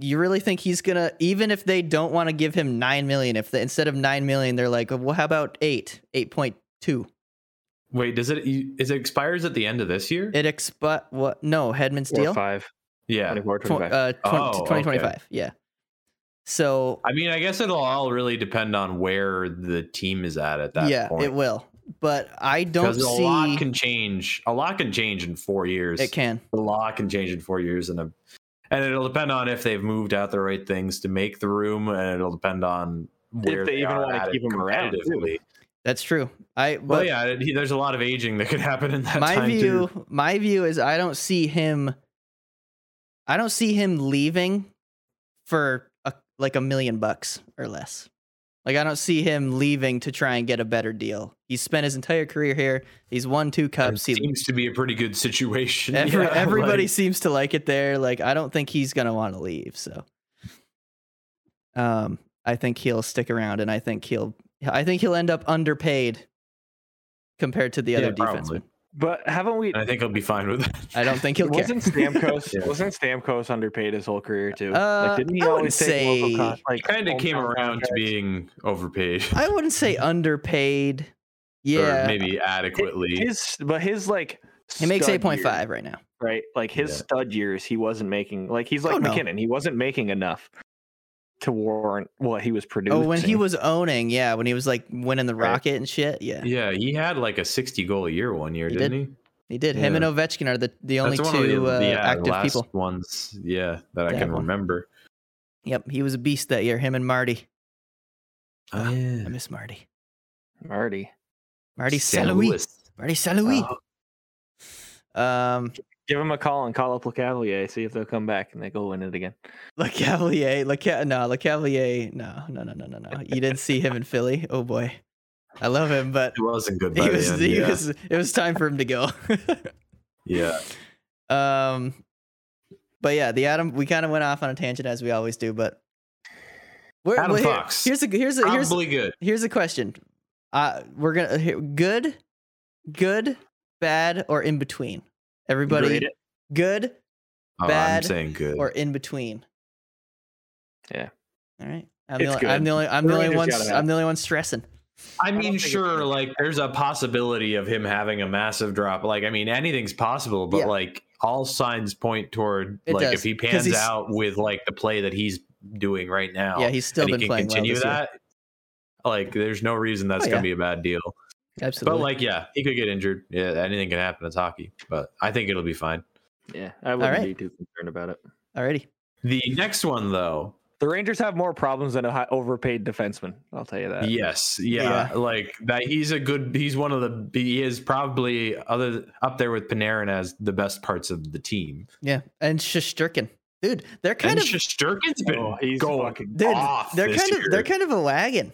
S2: You really think he's gonna even if they don't want to give him nine million, if they, instead of nine million they're like, well, how about eight, eight point two?
S3: wait does it you- is it expires at the end of this year
S2: It expi what? No, Hedman's
S4: Four,
S2: deal,
S4: five,
S3: yeah
S4: 24,
S2: Tw-
S4: 25.
S2: uh, tw-
S3: Oh, okay.
S2: 2025. Yeah. So
S3: I mean I guess it'll all really depend on where the team is at at that
S2: yeah,
S3: point
S2: it will. But I don't
S3: because a
S2: see
S3: lot can change a lot can change in four years
S2: it can.
S3: the law can change in four years and a, and it'll depend on if they've moved out the right things to make the room and it'll depend on where
S4: they even
S3: are
S4: wanna
S3: at it
S4: keep 'em around, too.
S3: competitively.
S2: That's true. I but
S3: well yeah it- there's a lot of aging that could happen in that
S2: my
S3: time
S2: view
S3: too
S2: my view is i don't see him i don't see him leaving for a, like a million bucks or less like i don't see him leaving to try and get a better deal he's spent his entire career here he's won two
S3: it
S2: cups he,
S3: seems to be a pretty good situation
S2: uh, every,
S3: Yeah,
S2: everybody
S3: like,
S2: seems to like it there like i don't think he's gonna want to leave so um i think he'll stick around and i think he'll i think he'll end up underpaid compared to the
S3: Yeah,
S2: other
S3: probably.
S2: defensemen
S4: But haven't we?
S3: and i think i'll be fine with it
S2: i don't think he'll care
S4: wasn't Stamkos
S3: Yeah.
S4: wasn't Stamkos underpaid his whole career too?
S2: Uh,
S4: like, didn't he
S2: I
S4: always
S2: wouldn't
S4: take local con-
S2: say-
S4: like
S3: kind of came
S4: hometown
S3: around to
S4: contracts?
S3: being overpaid
S2: I wouldn't say underpaid.
S3: or
S2: Uh, Yeah,
S3: maybe adequately
S4: his, but his like
S2: he makes
S4: stud
S2: eight point five right now.
S4: year, right? Like his
S3: Yeah.
S4: stud years, he wasn't making like he's like
S2: Oh, no.
S4: McKinnon, he wasn't making enough to warrant what he was producing.
S2: Oh, when he was owning, yeah, when he was like winning the
S4: Right.
S2: rocket and shit, yeah,
S3: yeah he had like a 60 goal a year one year
S2: He
S3: didn't
S2: did.
S3: he
S2: he did. Him
S3: Yeah.
S2: and Ovechkin are the the only
S3: one of the-
S2: two uh,
S3: yeah,
S2: active
S3: last
S2: people.
S3: ones yeah that
S2: To
S3: i
S2: have
S3: can
S2: one.
S3: remember
S2: Yep, he was a beast that year. Him and Marty.
S3: oh,
S2: I
S3: yeah.
S2: miss Marty.
S4: Marty.
S2: Marty
S3: St.
S2: Salouis.
S3: Louis.
S2: Marty Salouis.
S4: Oh,
S2: Um,
S4: give him a call and call up LeCavalier, see if they'll come back and they go win it again.
S2: Le Cavalier, Le Ca- no, Le Cavalier, no, no, no, no, no, no. You didn't see him in Philly. Oh boy, I love him, but
S3: It wasn't good. By
S2: he
S3: the uh,
S2: was,
S3: end,
S2: he
S3: yeah.
S2: was, it was time for him to go.
S3: yeah.
S2: Um, but yeah, the Adam. We kind of went off on a tangent as we always do, but we're,
S3: Adam
S2: well, here-
S3: Fox.
S2: Here's a here's a here's
S3: probably good.
S2: here's a question. Uh, we're gonna here, good, good, bad, or in between.
S4: Grade
S2: Everybody,
S4: it.
S2: good
S3: Oh, I'm
S2: bad
S3: saying good.
S2: or in between.
S4: Yeah.
S2: All right. I'm
S4: It's
S2: the, only, I'm
S4: good.
S2: the only I'm the
S4: Really
S2: only
S4: just
S2: one
S4: gotta
S2: s-
S4: have-
S2: I'm the only one stressing.
S3: I
S4: don't
S3: mean,
S4: think it's
S3: sure,
S4: good.
S3: like there's a possibility of him having a massive drop. Like, I mean, anything's possible, but
S2: Yeah.
S3: like all signs point toward
S2: It
S3: like
S2: does,
S3: if he
S2: 'cause
S3: pans
S2: he's-
S3: out with like the play that he's doing right now,
S2: yeah, he's still
S3: and
S2: been
S3: he can
S2: playing
S3: continue
S2: well this year.
S3: that. Like, there's no reason that's
S2: Oh,
S3: gonna
S2: yeah.
S3: be a bad deal.
S2: Absolutely.
S3: But like, yeah, he could get injured. Yeah, anything can happen. It's hockey, but I think it'll be fine.
S4: Yeah, I wouldn't
S2: right.
S4: be too concerned about it.
S2: Alrighty.
S3: The next one, though,
S4: The Rangers have more problems than a high, overpaid defenseman. I'll tell you that.
S3: yes, uh, yeah,
S2: Yeah.
S3: like that. He's a good. He's one of the. He is probably other up there with Panarin as the best parts of the team.
S2: Yeah. And Shosturkin. Dude, they're kind
S3: and
S2: of
S3: Shesterkin's been
S4: Oh, he's
S3: going
S4: fucking-
S2: dude,
S3: off.
S2: they're
S3: this
S2: kind
S3: year.
S2: of they're kind of a wagon.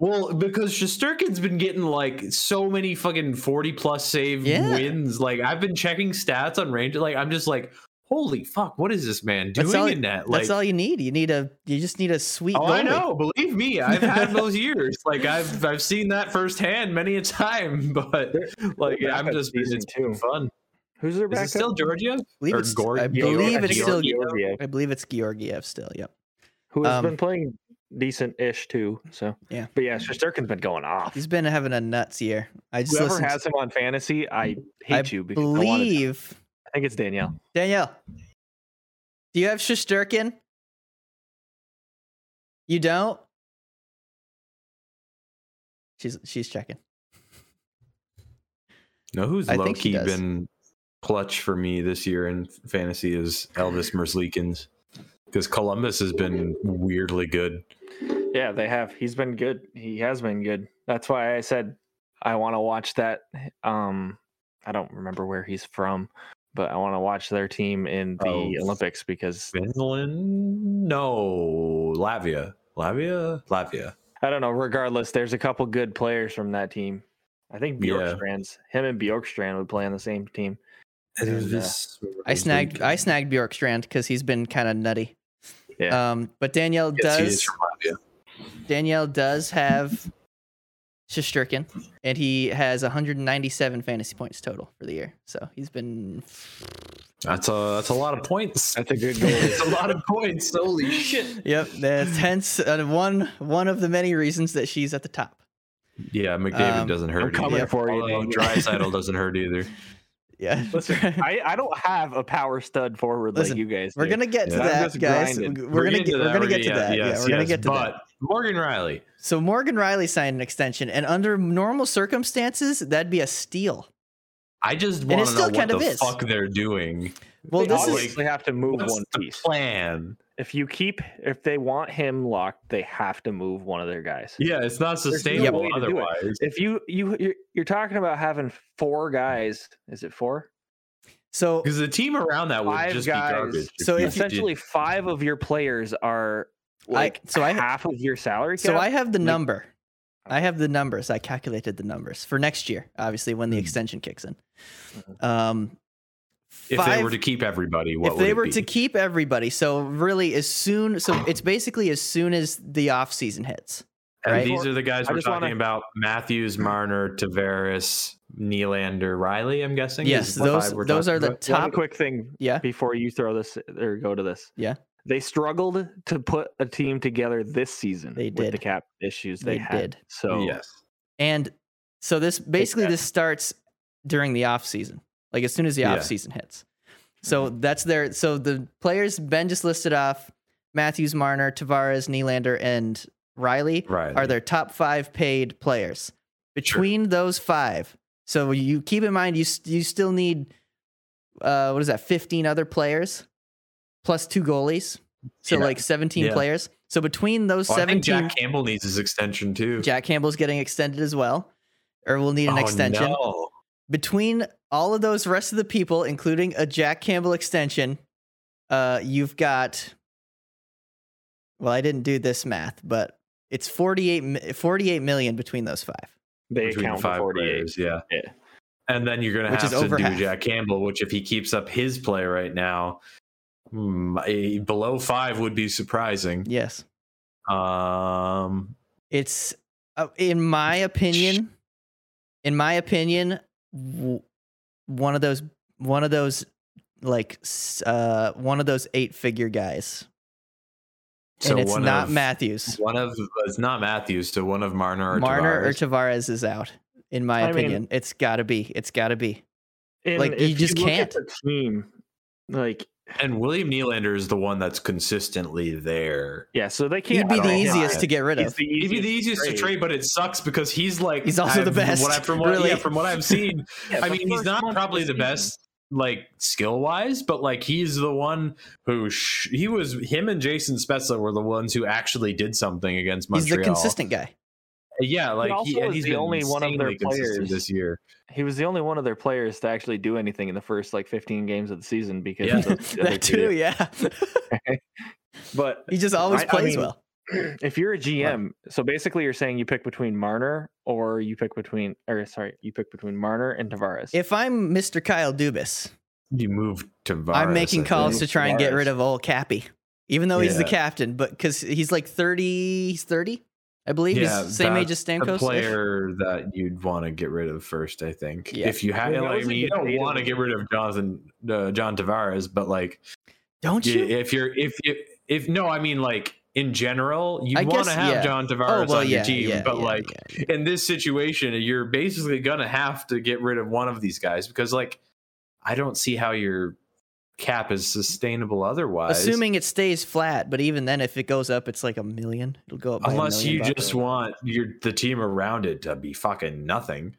S3: Well, because Shusterkin's been getting like so many fucking 40 plus save
S2: Yeah.
S3: wins. Like I've been checking stats on Ranger. Like I'm just like, holy fuck, what is this man
S2: That's
S3: doing
S2: all-
S3: in that? Like
S2: That's all you need. You need a you just need a sweet
S3: Oh, I
S2: goalie.
S3: know. Believe me, I've had those years. Like I've I've seen that firsthand many a time. But like
S4: Their
S3: I'm
S4: backup
S3: just it's
S4: season, too.
S3: been fun.
S4: Who's their
S3: Is
S4: backup?
S3: it still Georgiev?
S2: I believe
S3: Or
S2: it's
S3: Gor-
S2: I
S3: Yeah,
S2: believe it's still
S4: Georgiev,
S2: I believe it's Georgiev still. Yep.
S4: who has
S2: Um,
S4: been playing decent-ish too. So
S2: Yeah.
S4: but yeah, Shosturkin's been going off.
S2: He's been having a nuts year. I just
S4: Whoever
S2: listened.
S4: has him on fantasy, I
S2: I
S4: hate you because I, wanted to-
S2: believe
S4: I think it's Danielle.
S2: Danielle. Do you have Shosturkin? You don't. She's she's checking.
S3: No, who's
S2: I
S3: low
S2: think she
S3: key
S2: does.
S3: been clutch for me this year in fantasy is Elvis Merzlikins. Because Columbus has been weirdly good.
S4: Yeah, they have. He's been good. He has been good. That's why I said I want to watch that. Um, I don't remember where he's from, but I want to watch their team in the
S3: Oh.
S4: Olympics because
S3: Finland? No, Latvia. Latvia? Latvia.
S4: I don't know. Regardless, there's a couple good players from that team. I think
S3: Yeah.
S4: Bjorkstrand's him and Bjorkstrand would play on the same team. And, uh,
S3: Elvis
S2: I snagged I
S3: Merzlikins.
S2: snagged Bjorkstrand because he's been kind of nutty.
S4: Yeah.
S2: Um, but Danielle
S3: Yes, he is
S2: does
S3: from Latvia.
S2: Danielle does have Shosturkin, and he has 197 fantasy points total for the year. So he's been
S3: That's a that's a lot of points.
S4: That's a good goal.
S3: It's a lot of points. Holy shit!
S2: Yep, that's hence uh, one one of the many reasons that she's at the top.
S3: Yeah, McDavid
S2: Um,
S3: doesn't hurt.
S4: I'm coming
S2: Yeah.
S4: for you.
S3: Although
S4: Daniel.
S3: Drysaitel doesn't hurt either.
S2: Yeah.
S4: Listen, I, I don't have a power stud forward
S2: Listen,
S4: like you guys.
S2: We're
S4: do.
S2: gonna get to
S3: Yeah.
S4: I'm
S2: that,
S4: just
S2: guys.
S4: grinding.
S2: We're, gonna get, we're gonna get to that. yeah, we're gonna get to that.
S3: but Morgan Riley.
S2: So Morgan Riley signed an extension, and under normal circumstances, that'd be a steal.
S3: I just
S2: it
S3: want to
S2: still
S3: know what
S2: kind
S3: the
S2: of is.
S3: fuck they're doing.
S2: Well,
S4: they
S2: this is
S4: obviously have to move
S3: What's
S4: one
S3: the
S4: piece.
S3: plan?
S4: If you keep, if they want him locked, they have to move one of their guys.
S3: Yeah, it's not
S4: no
S3: sustainable
S4: way to do it.
S3: otherwise.
S4: If you you you're, you're talking about having four guys, is it four?
S2: so
S3: Because the team around that would
S4: Five
S3: just
S4: guys.
S3: be garbage.
S2: So
S3: you
S2: if you-
S3: did-
S4: Essentially, five of your players are like
S2: so I-
S4: half of your salary.
S2: so
S4: cap?
S2: I have the
S4: Like-
S2: number. I have the numbers. I calculated the numbers for next year, obviously when the
S3: Mhm.
S2: extension kicks in. Um,
S3: Hmm. if they were to keep everybody, what
S2: if
S3: would
S2: they
S3: it
S2: were
S3: be?
S2: to keep everybody, so really as soon, so it's basically as soon as the off season hits.
S3: and
S2: right?
S3: these are the guys
S4: I
S3: we're
S4: just
S3: talking
S4: wanna-
S3: about: Matthews, Marner, Tavares, Nylander, Riley. I'm guessing. is
S2: Yes,
S3: the
S2: those
S3: five we're
S2: those
S3: talking
S2: are the
S3: about.
S4: One
S2: top.
S4: quick thing
S2: Yeah,
S4: before you throw this or go to this.
S2: Yeah.
S4: They struggled to put a team together this season
S2: They
S4: with the
S2: did.
S4: cap issues they,
S2: They
S4: had.
S2: did.
S4: So
S3: yes.
S2: and so this basically
S4: that.
S2: this starts during the off season, like as soon as the
S3: Yeah. Mm-hmm.
S2: off season hits. So that's their so the players Ben just listed off: Matthews, Marner, Tavares, Nylander, and Riley.
S3: Right.
S2: are their top five paid players.
S3: Sure.
S2: Between those five, so you keep in mind you s- you still need uh, what is that? Fifteen other players, plus two goalies, so
S3: Yeah.
S2: like seventeen
S3: Yeah.
S2: players. So between those
S3: Oh, I think
S2: seventeen,
S3: Jack Campbell needs his extension too.
S2: Jack Campbell's getting extended as well, or will need an
S3: Oh,
S2: extension.
S3: no.
S2: Between all of those rest of the people, including a Jack Campbell extension, uh, you've got. Well, I didn't do this math, but it's 48, mi- 48 million between those five.
S4: they
S3: Between
S4: account for
S3: five
S4: 48.
S3: players, yeah.
S4: Yeah.
S3: And then you're gonna
S2: Which
S3: have
S2: is
S3: to
S2: over
S3: do
S2: half.
S3: Jack Campbell, which if he keeps up his play right now, hmm, a- below five would be surprising.
S2: Yes.
S3: Um,
S2: It's uh, in my opinion in my opinion w- one of those one of those like s- uh one of those eight figure guys.
S3: so
S2: and it's
S3: one
S2: not
S3: of,
S2: Matthews.
S3: One of it's not Matthews, so one of Marner or
S2: Marner
S3: Tavares.
S2: or Tavares is out in my
S4: I mean-
S2: opinion. it's got to be. It's got to be.
S4: And
S2: Like, you
S4: if
S2: just
S4: look at
S2: can't.
S4: the team. Like
S3: And William Nylander is the one that's consistently there.
S4: Yeah, so they
S2: He'd
S4: can't.
S2: be the
S3: I don't
S2: easiest
S3: know.
S2: to get rid
S4: He's
S2: of.
S4: the
S3: He'd
S4: easiest,
S3: be the easiest to trade, but it sucks because he's like
S2: He's also the
S3: I've-
S2: best,
S3: What I, from what,
S2: really.
S3: yeah, from what I've seen,
S4: Yeah,
S3: I
S4: the
S3: mean, he's
S4: first
S3: not
S4: month of
S3: probably the
S4: season.
S3: best like skill wise, but like he's the one who sh- he was. Him and Jason Spezza were the ones who actually did something against
S2: He's
S3: Montreal.
S2: the consistent guy.
S3: yeah, like
S4: also
S3: he, and
S4: is
S3: he's
S4: the
S3: been
S4: only one of their
S3: insanely consistent
S4: players.
S3: this year.
S4: He was the only one of their players to actually do anything in the first like 15 games of the season because
S3: Yeah.
S4: of those other
S2: that
S4: two
S2: too,
S4: dudes.
S2: yeah.
S4: But
S2: he just always
S4: I- I
S2: plays
S4: mean,
S2: well.
S4: if you're a GM, so basically you're saying you pick between Marner or you pick between, or sorry, you pick between Marner and Tavares.
S2: If I'm Mr. Kyle Dubas,
S3: You move to
S2: I'm making calls to try and get
S4: Tavares.
S2: rid of old Cappy, even though he's the
S3: Yeah.
S2: captain, but because he's like 30, he's 30, I believe. he's same age as
S3: The
S2: Stamkos.
S3: player that you'd want to get rid of first, I think.
S2: Yeah.
S3: If you had,
S4: Yeah, that
S3: like, I
S4: was a
S3: mean, you
S4: good
S3: don't
S4: data
S3: want to
S4: point.
S3: get rid of Jonathan, uh, John Tavares, but like,
S2: Don't
S3: you,
S2: you?
S3: if you're, if, if, if, no, I mean, like, in general, you
S2: I
S3: want
S2: guess,
S3: to have
S2: yeah.
S3: John
S2: oh
S3: Tavares
S2: well,
S3: on
S2: yeah,
S3: your team,
S2: yeah,
S3: but
S2: yeah,
S3: like,
S2: yeah.
S3: in this situation, you're basically going to have to get rid of one of these guys because, like, I don't see how your cap is sustainable otherwise.
S2: assuming it stays flat, but even then, if it goes up, it's like a million. It'll go up by a
S3: unless
S2: million
S3: you
S2: bucks.
S3: just want your the team around it to be fucking nothing.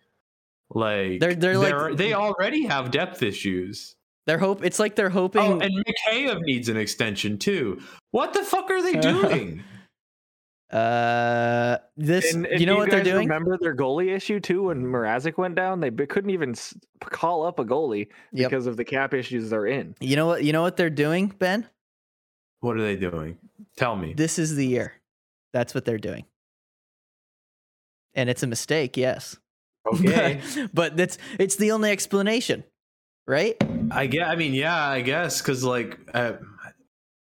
S3: Like
S2: They're- they're like-
S3: they already have depth issues.
S2: They're hope. It's like they're hoping.
S3: Oh, and Mikheyev needs an extension too. What the fuck are they doing?
S2: uh, this.
S4: And if
S2: you know what they're
S4: guys
S2: doing?
S4: Remember their goalie issue too when Mrazek went down? They b- couldn't even s- call up a goalie
S2: Yep.
S4: because of the cap issues they're in.
S2: You know what? You know what they're doing, Ben.
S3: what are they doing? Tell me.
S2: This is the year. That's what they're doing. And it's a mistake, yes.
S3: Okay,
S2: but that's it's the only explanation, right?
S3: I get. I mean, yeah, I guess because like, uh,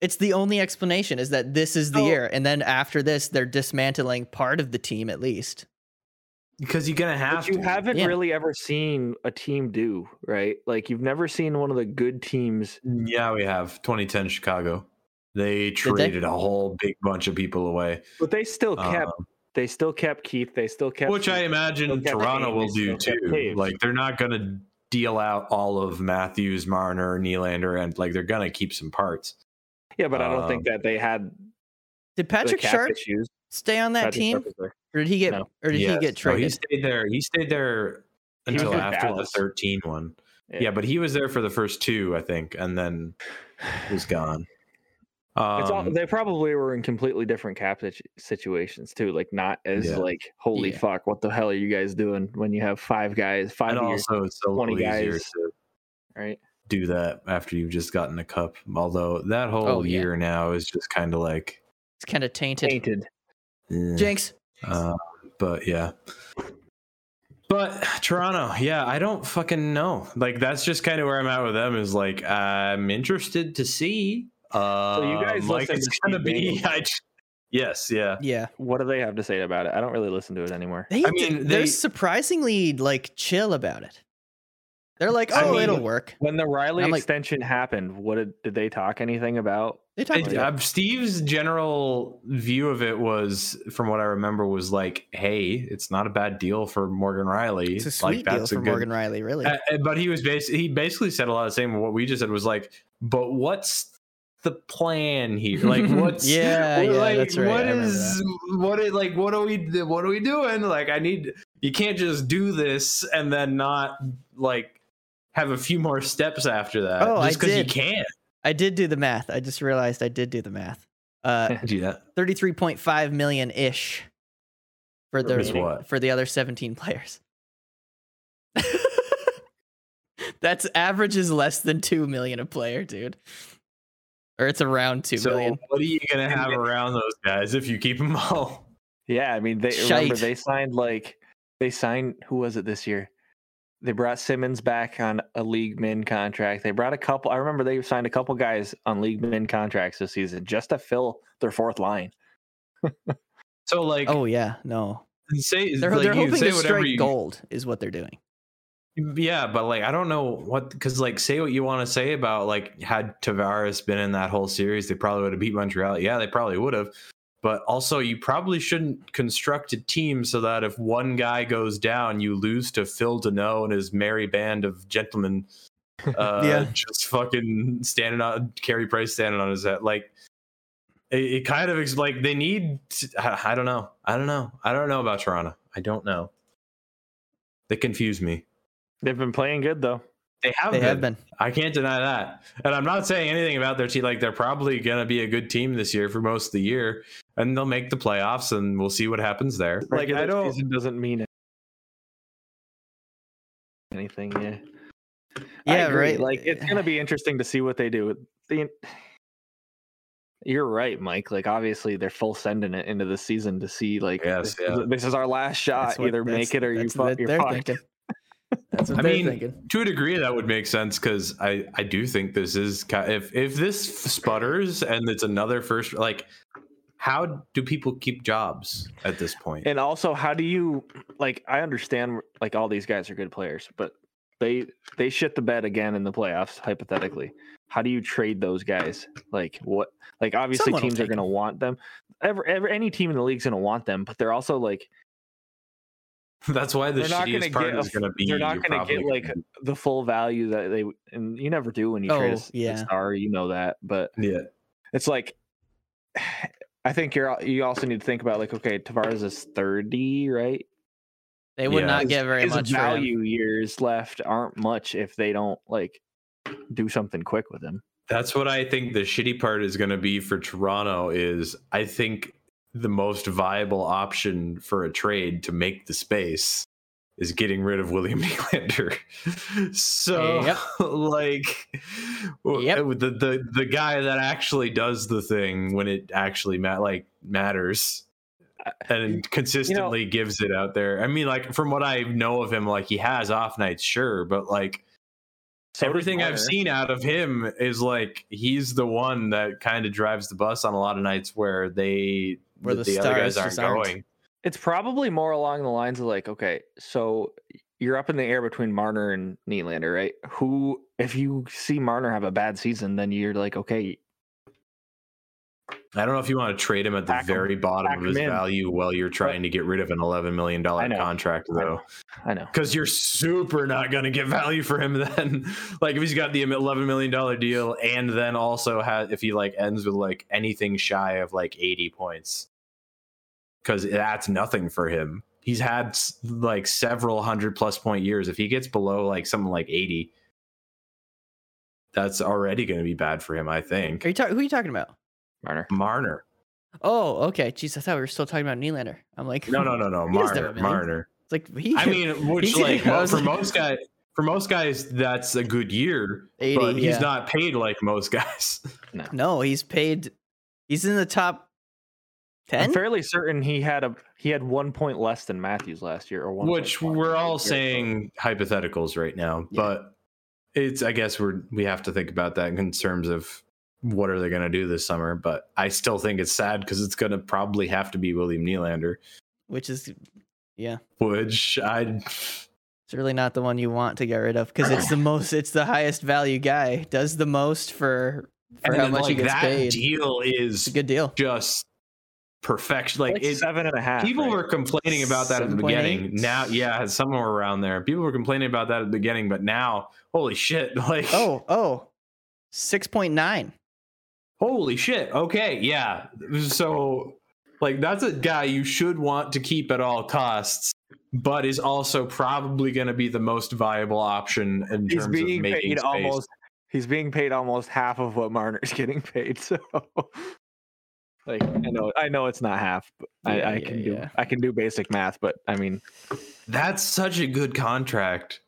S2: It's the only explanation is that this is the
S4: So-
S2: year, and then after this, they're dismantling part of the team at least.
S3: because you're gonna have
S4: But you
S3: to.
S4: haven't
S2: Yeah.
S4: really ever seen a team do right. Like you've never seen one of the good teams.
S3: yeah, we have 2010 Chicago. They traded a whole big bunch of people away,
S4: But they still kept.
S3: Um,
S4: they still kept Keith. They still kept.
S3: which I
S4: Keith.
S3: imagine
S4: They'll get
S3: Toronto
S4: paid.
S3: will
S4: They
S3: do
S4: still get
S3: too.
S4: paid.
S3: Like they're not going to deal out all of Matthews, Marner, Nylander, and like they're going to keep some parts.
S4: Yeah, but I don't think
S3: um,
S4: that they had
S2: Did
S4: the
S2: Patrick
S4: cap
S2: Sharp
S4: issues.
S2: stay on that
S4: Patrick
S2: team,
S4: Sharp was there.
S2: or did he get
S4: No.
S2: or did
S3: Yes.
S2: he get
S3: No, he
S2: traded?
S3: stayed there. He stayed there
S4: He was
S3: until
S4: with
S3: after
S4: Dallas.
S3: the 13 one. Yeah. but he was there for the first two, I think, and then was gone. Um,
S4: It's all, they probably were in completely different cap situ- situations too. Like not as
S3: Yeah.
S4: like holy
S2: Yeah.
S4: fuck, what the hell are you guys doing when you have five guys, five
S3: and
S4: years,
S3: also, it's a
S4: 20
S3: little easier
S4: guys.
S3: to
S4: right?
S3: do that after you've just gotten a cup. Although that whole
S2: Oh, yeah.
S3: year now is just kind of like.
S2: It's kind of tainted.
S4: Tainted.
S3: eh.
S2: Jinx.
S3: Uh, but yeah. But Toronto, yeah, I don't fucking know. Like that's just kind of where I'm at with them. Is like I'm interested to see. Uh,
S4: you guys
S3: like
S4: listen
S3: it's
S4: to
S3: gonna
S4: Steve
S3: be.
S4: Dangle.
S3: I j- yes, yeah.
S2: Yeah.
S4: What do they have to say about it? I don't really listen to it anymore.
S2: They,
S3: I mean,
S2: they, are
S3: they-
S2: surprisingly like chill about it. They're like,
S3: I
S2: "Oh,
S3: mean-
S2: it'll work."
S4: When the Riley
S2: I'm like-
S4: extension happened, what did, did they talk anything about?
S2: They talk about
S3: I-
S2: it.
S3: um, Steve's general view of it was, from what I remember, was like, "Hey, it's not a bad deal for Morgan Riley.
S2: It's a sweet
S3: like,
S2: deal for Morgan Riley, really.
S3: Uh, uh, but he was basically he basically said a lot of the same. What we just said was like, but what's the plan here? Like, what's
S2: Yeah,
S3: what-
S2: yeah,
S3: like,
S2: that's right.
S3: What
S2: I remember
S3: is what is like? What are we? What are we doing? Like, I need you can't just do this and then not like have a few more steps after that.
S2: Oh, I
S3: just because you
S2: did.
S3: can't
S2: I did do the math. I just realized I did do the math. Uh,
S3: do that.
S2: thirty-three point five million ish for
S4: For
S2: the
S4: meeting.
S3: what?
S2: for the other seventeen players. That's average is less than two million a player, dude. Or it's around two
S3: so,
S2: million.
S3: what are you gonna have
S4: Yeah.
S3: around those guys if you keep them all?
S4: Yeah, I mean, they remember
S2: Shite.
S4: they signed like they signed who was it this year? They brought Simmons back on a league min contract. They brought a couple. I remember they signed a couple guys on league min contracts this season just to fill their fourth line.
S3: So, like,
S2: Oh yeah, no.
S3: say
S2: They're,
S3: like,
S2: they're
S3: you
S2: hoping
S3: say
S2: to
S3: whatever
S2: strike
S3: you
S2: gold is what they're doing.
S3: Mm, Yeah, but like I don't know what because like say what you want to say about like had Tavares been in that whole series, they probably would have beat Montreal. Yeah, they probably would have. But also, you probably shouldn't construct a team so that if one guy goes down, you lose to Phil Deneau and his merry band of gentlemen. Uh,
S2: Yeah.
S3: Just fucking standing on Carey Price standing on his head. Like it, it kind of ex- like they need. To, I, I don't know. I don't know. I don't know about Toronto. I don't know. They confuse me.
S4: They've been playing good though.
S3: They have.
S2: They
S3: been.
S2: have been.
S3: I can't deny that. And I'm not saying anything about their team. Like they're probably going to be a good team this year for most of the year, and they'll make the playoffs, and we'll see what happens there. Like
S4: Regular
S3: I don't.
S4: season doesn't mean it. anything. Yeah. I
S2: Yeah,
S4: agree.
S2: right.
S4: Like it's gonna be interesting to see what they do. with The, you're right, Mike. Like obviously they're full sending it into the season to see like
S3: Yes,
S4: this,
S3: yeah.
S4: this is our last shot.
S2: That's what-
S4: Either
S2: that's-
S4: make it or you
S2: that's
S4: fuck
S2: what
S4: your
S2: they're
S4: fucked.
S2: thinking. That's what
S3: I
S2: they're
S3: mean,
S2: thinking.
S3: to a degree that would make sense because I I do think this is ki- if if this sputters and it's another first like how do people keep jobs at this point?
S4: And also, how do you like? I understand like all these guys are good players, but they they shit the bed again in the playoffs. Hypothetically, how do you trade those guys? Like what? Like obviously,
S2: Someone will
S4: teams are
S2: take 'em.
S4: going to want them. Ever, ever, any team in the league's going to want them, but they're also like
S3: That's why the
S4: they're not gonna
S3: shittiest part
S4: get a-
S3: is going to be
S4: they're not
S3: you're
S4: going to
S3: probably
S4: get like
S3: gonna-
S4: the full value that they and you never do when you trade a
S2: Oh,
S4: s- a,
S2: yeah.
S4: star. You know that, but
S3: yeah
S4: it's like I think you're al- you also need to think about like okay, Tavares is thirty, right?
S2: They would
S3: Yeah.
S2: not
S4: his-
S2: get very
S4: his
S2: much for him.
S4: value years left aren't much if they don't like do something quick with him.
S3: That's what I think the shitty part is going to be for Toronto is I think the most viable option for a trade to make the space is getting rid of William Nylander. so
S2: Yep.
S3: like w-
S2: Yep.
S3: the, the the guy that actually does the thing when it actually ma- like matters
S2: Uh,
S3: and consistently gives it out there. I mean like from what I know of him like he has off nights sure, but like
S4: So does
S3: everything I've
S4: Marner.
S3: seen out of him is like he's the one that kind of drives the bus on a lot of nights where they
S2: Where
S3: that
S2: the
S3: other guys
S2: stars
S3: aren't
S2: just aren't.
S3: going.
S4: It's probably more along the lines of like, okay, so you're up in the air between Marner and Nylander, right? Who, if you see Marner have a bad season, then you're like, okay,
S3: I don't know if you want to trade him at the
S4: Pack him-
S3: very bottom
S4: pack
S3: of his
S4: him in.
S3: value while you're trying to get rid of an eleven million
S4: I
S3: dollar
S4: know.
S3: contract
S4: I
S3: though,
S4: know. I know.
S3: because you're super not going to get value for him then. like if he's got the eleven million dollar deal and then also has if he like ends with like anything shy of like eighty points, because that's nothing for him. He's had s- like several hundred plus point years. If he gets below like something like eighty, that's already going to be bad for him. I think
S2: Are you talking? Who are you talking about?
S4: Marner.
S3: Marner.
S2: Oh, okay. Jeez, I thought we were still talking about Nylander. I'm like,
S3: No, no, no, no.
S2: He doesn't have a
S3: Marner.
S2: million. It's
S3: Marner.
S2: like he.
S3: I mean, which
S2: he's-
S3: like
S2: I
S3: mo-
S2: was
S3: for
S2: like-
S3: most guys, for most guys, that's a good year,
S2: 80,
S3: but
S2: yeah.
S3: he's not paid like most guys.
S2: No, he's paid. He's in the top ten.
S4: I'm fairly certain he had a he had one point less than Matthews last year, or one.
S3: which we're all saying hypotheticals right now,
S2: Yeah.
S3: but it's I guess we're we have to think about that in terms of what are they going to do this summer. But I still think it's sad because it's going to probably have to be William Nylander,
S2: which is
S3: which I
S2: it's really not the one you want to get rid of because it's the most it's the highest value guy does the most for for
S3: and
S2: how
S3: then,
S2: much he
S3: like,
S2: gets
S3: that
S2: paid
S3: deal
S2: it's a
S3: is
S2: good deal
S3: just perfection.
S4: like,
S3: Like, it's
S4: seven and a half.
S3: people
S4: right?
S3: were complaining about that at the
S2: 7.8?
S3: beginning. Now, yeah, somewhere around there, people were complaining about that at the beginning, but now, holy shit! Like,
S2: oh oh 6.9
S3: holy shit! Okay, yeah. So, like, that's a guy you should want to keep at all costs, but is also probably going to be the most viable option in
S4: He's
S3: terms
S4: being
S3: of making
S4: paid
S3: space.
S4: almost. He's being paid almost half of what Marner's getting paid. So, like, I know, I know it's not half. But
S2: Yeah,
S4: I, I
S2: yeah,
S4: can do,
S2: yeah.
S4: I can do basic math. But I mean,
S3: That's such a good contract.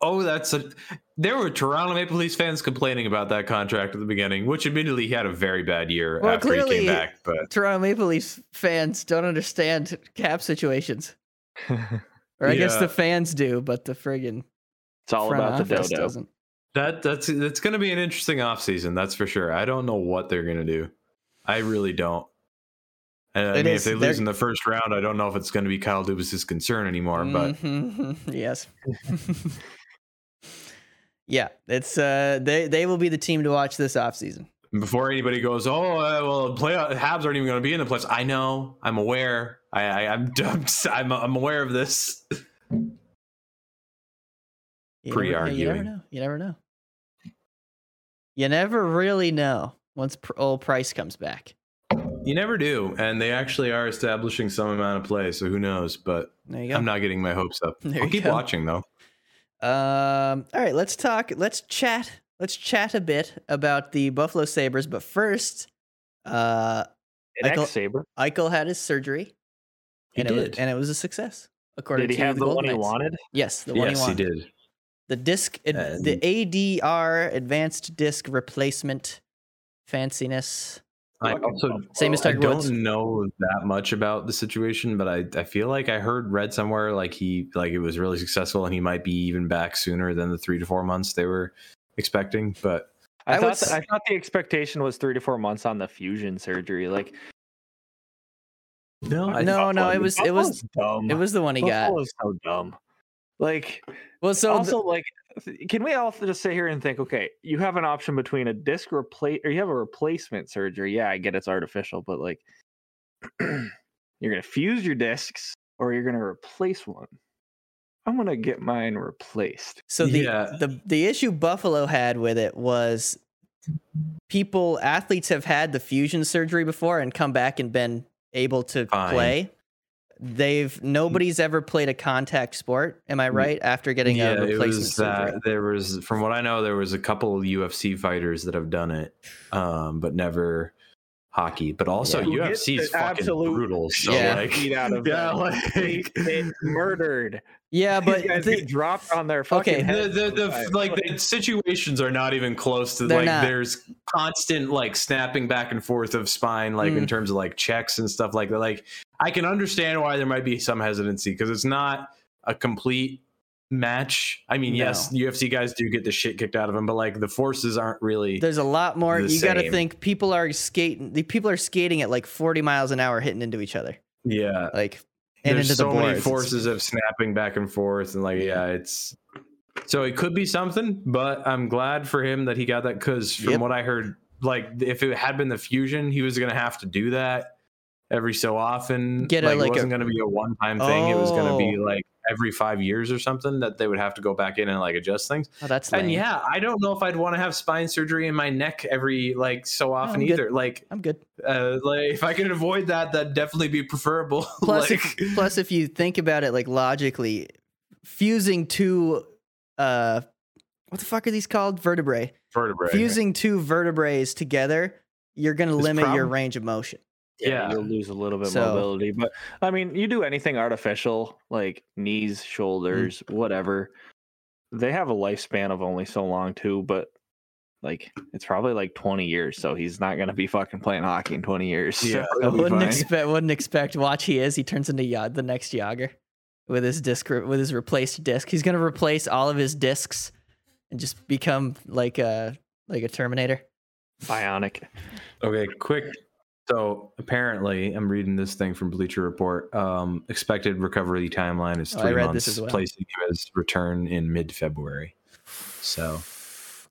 S3: Oh, that's a. There were Toronto Maple Leafs fans complaining about that contract at the beginning, which admittedly he had a very bad year
S2: Well,
S3: after he
S2: clearly-
S3: came back. But
S2: toronto maple leafs fans don't understand cap situations or i guess
S3: Yeah.
S2: the fans do but the friggin
S4: it's all
S2: front
S4: about the
S2: office
S4: dodo.
S2: doesn't
S3: That that's that's going to be an interesting offseason, that's for sure. I don't know what they're going to do. I really don't. And I
S2: It
S3: mean,
S2: is-
S3: if they
S2: they're-
S3: lose in the first round, I don't know if it's going to be Kyle Dubas's concern anymore. But
S2: Mhm, yes yeah it's uh they they will be the team to watch this offseason
S3: before anybody goes, oh uh, well, playoff Habs aren't even going to be in the playoffs. I know. I'm aware. I, I I'm dumb. I'm I'm aware of this.
S2: You never- you never
S3: Pre-arguing.
S2: know you never know You never really know once pr- old Price comes back.
S3: You never do, and they actually are establishing some amount of play, so who knows? But
S2: There you go.
S3: I'm not getting my hopes up.
S2: There
S3: I'll
S2: you
S3: keep
S2: go.
S3: watching though.
S2: Um, all right, let's talk. Let's chat. Let's chat a bit about the Buffalo Sabers. But first, uh,
S4: An
S2: Michael-
S4: X saber.
S2: Eichel had his surgery,
S3: He
S2: and it
S3: did.
S2: was, and it was a success. According
S4: Did he
S2: to
S4: have the,
S2: Golden
S4: one he
S2: Knights.
S4: wanted?
S2: Yes, the one he
S3: yes, he
S2: wanted.
S3: did.
S2: The disc, ad- the
S3: And-
S2: ADR, advanced disc replacement, fanciness.
S3: I also
S2: Same as
S3: I
S2: Tiger Woods.
S3: don't know that much about the situation, but I, I feel like I heard read somewhere like he like it was really successful and he might be even back sooner than the three to four months they were expecting. But
S4: I,
S2: I would
S4: thought that, I thought the expectation was three to four months on the fusion surgery. Like
S3: no,
S2: No,
S4: Buffalo-
S2: no, it was- it was-
S4: Buffalo's dumb.
S2: It was the one he got.
S4: Buffalo's so dumb. Like
S2: Well, so th-
S4: also like th- can we all just sit here and think okay you have an option between a disc replace or you have a replacement surgery yeah i get it's artificial but like you're gonna fuse your discs or you're gonna replace one i'm gonna get mine replaced
S2: So the
S3: Yeah.
S2: the the issue Buffalo had with it was people athletes have had the fusion surgery before and come back and been able to
S3: Fine.
S2: play. They've nobody's ever played a contact sport, am I right? After getting
S3: yeah,
S2: a
S3: it
S2: replacement
S3: was uh,
S2: surgery.
S3: that there was from what I know there was a couple UFC fighters that have done it, um, but never hockey. But also
S4: Yeah. Who get
S3: UFC is
S4: the
S3: fucking
S4: absolute
S3: brutal. So
S2: Yeah.
S3: like,
S4: Beat out of
S3: yeah,
S4: them. They
S3: like
S4: get murdered
S2: Yeah,
S4: but
S2: but
S4: These guys
S2: the-
S4: get dropped on their fucking
S2: Okay.
S4: heads
S3: the, the, the,
S4: sometimes.
S3: like the situations are not even close to
S2: They're
S3: like
S2: not.
S3: there's constant like snapping back and forth of spine like in
S2: Mm.
S3: terms of like checks and stuff like that like i can understand why there might be some hesitancy because it's not a complete match i mean yes
S2: No.
S3: ufc guys do get the shit kicked out of them but like the forces aren't really
S2: there's a lot more.
S3: the
S2: You got to
S3: same.
S2: think people are skating. The people are skating at like 40 miles an hour, hitting into each other,
S3: yeah
S2: like and
S3: there's
S2: into
S3: so
S2: the boards.
S3: many
S2: It's-
S3: forces of snapping back and forth and like yeah it's so it could be something but i'm glad for him that he got that because from
S2: Yep.
S3: what i heard like if it had been the fusion he was gonna have to do that every so often
S2: Get a,
S3: like,
S2: like,
S3: it
S2: a-
S3: wasn't gonna be a one-time thing it was gonna be
S2: Oh.
S3: like every five years or something that they would have to go back in and like adjust things
S2: Oh, that's lame.
S3: and yeah i don't know if i'd want to have spine surgery in my neck every like so often
S2: I'm good.
S3: either like
S2: I'm good.
S3: uh like if i could avoid that that'd definitely be preferable
S2: plus
S3: like,
S2: if, plus if you think about it like logically fusing two uh what the fuck are these called vertebrae
S3: vertebrae
S2: fusing two vertebrae together you're going to
S3: It's
S2: limit your
S3: problem.
S2: range of motion
S3: Yeah.
S4: you'll lose a little bit
S2: So-
S4: mobility but i mean you do anything artificial like knees
S3: Mm.
S4: shoulders whatever they have a lifespan of only so long too but like it's probably like 20 years so he's not going to be fucking playing hockey in 20 years so
S3: Yeah.
S2: i
S4: it'll be
S2: wouldn't
S4: fine.
S2: expect wouldn't expect watch he is he turns into Yod, the next yager with his disc with his replaced disc he's going to replace all of his discs and just become like a like a terminator
S4: bionic
S3: Okay, quick. So apparently, I'm reading this thing from Bleacher Report. Um, expected recovery timeline is
S2: Oh, I
S3: three
S2: read
S3: months,
S2: this as well.
S3: placing him as return in mid-February. So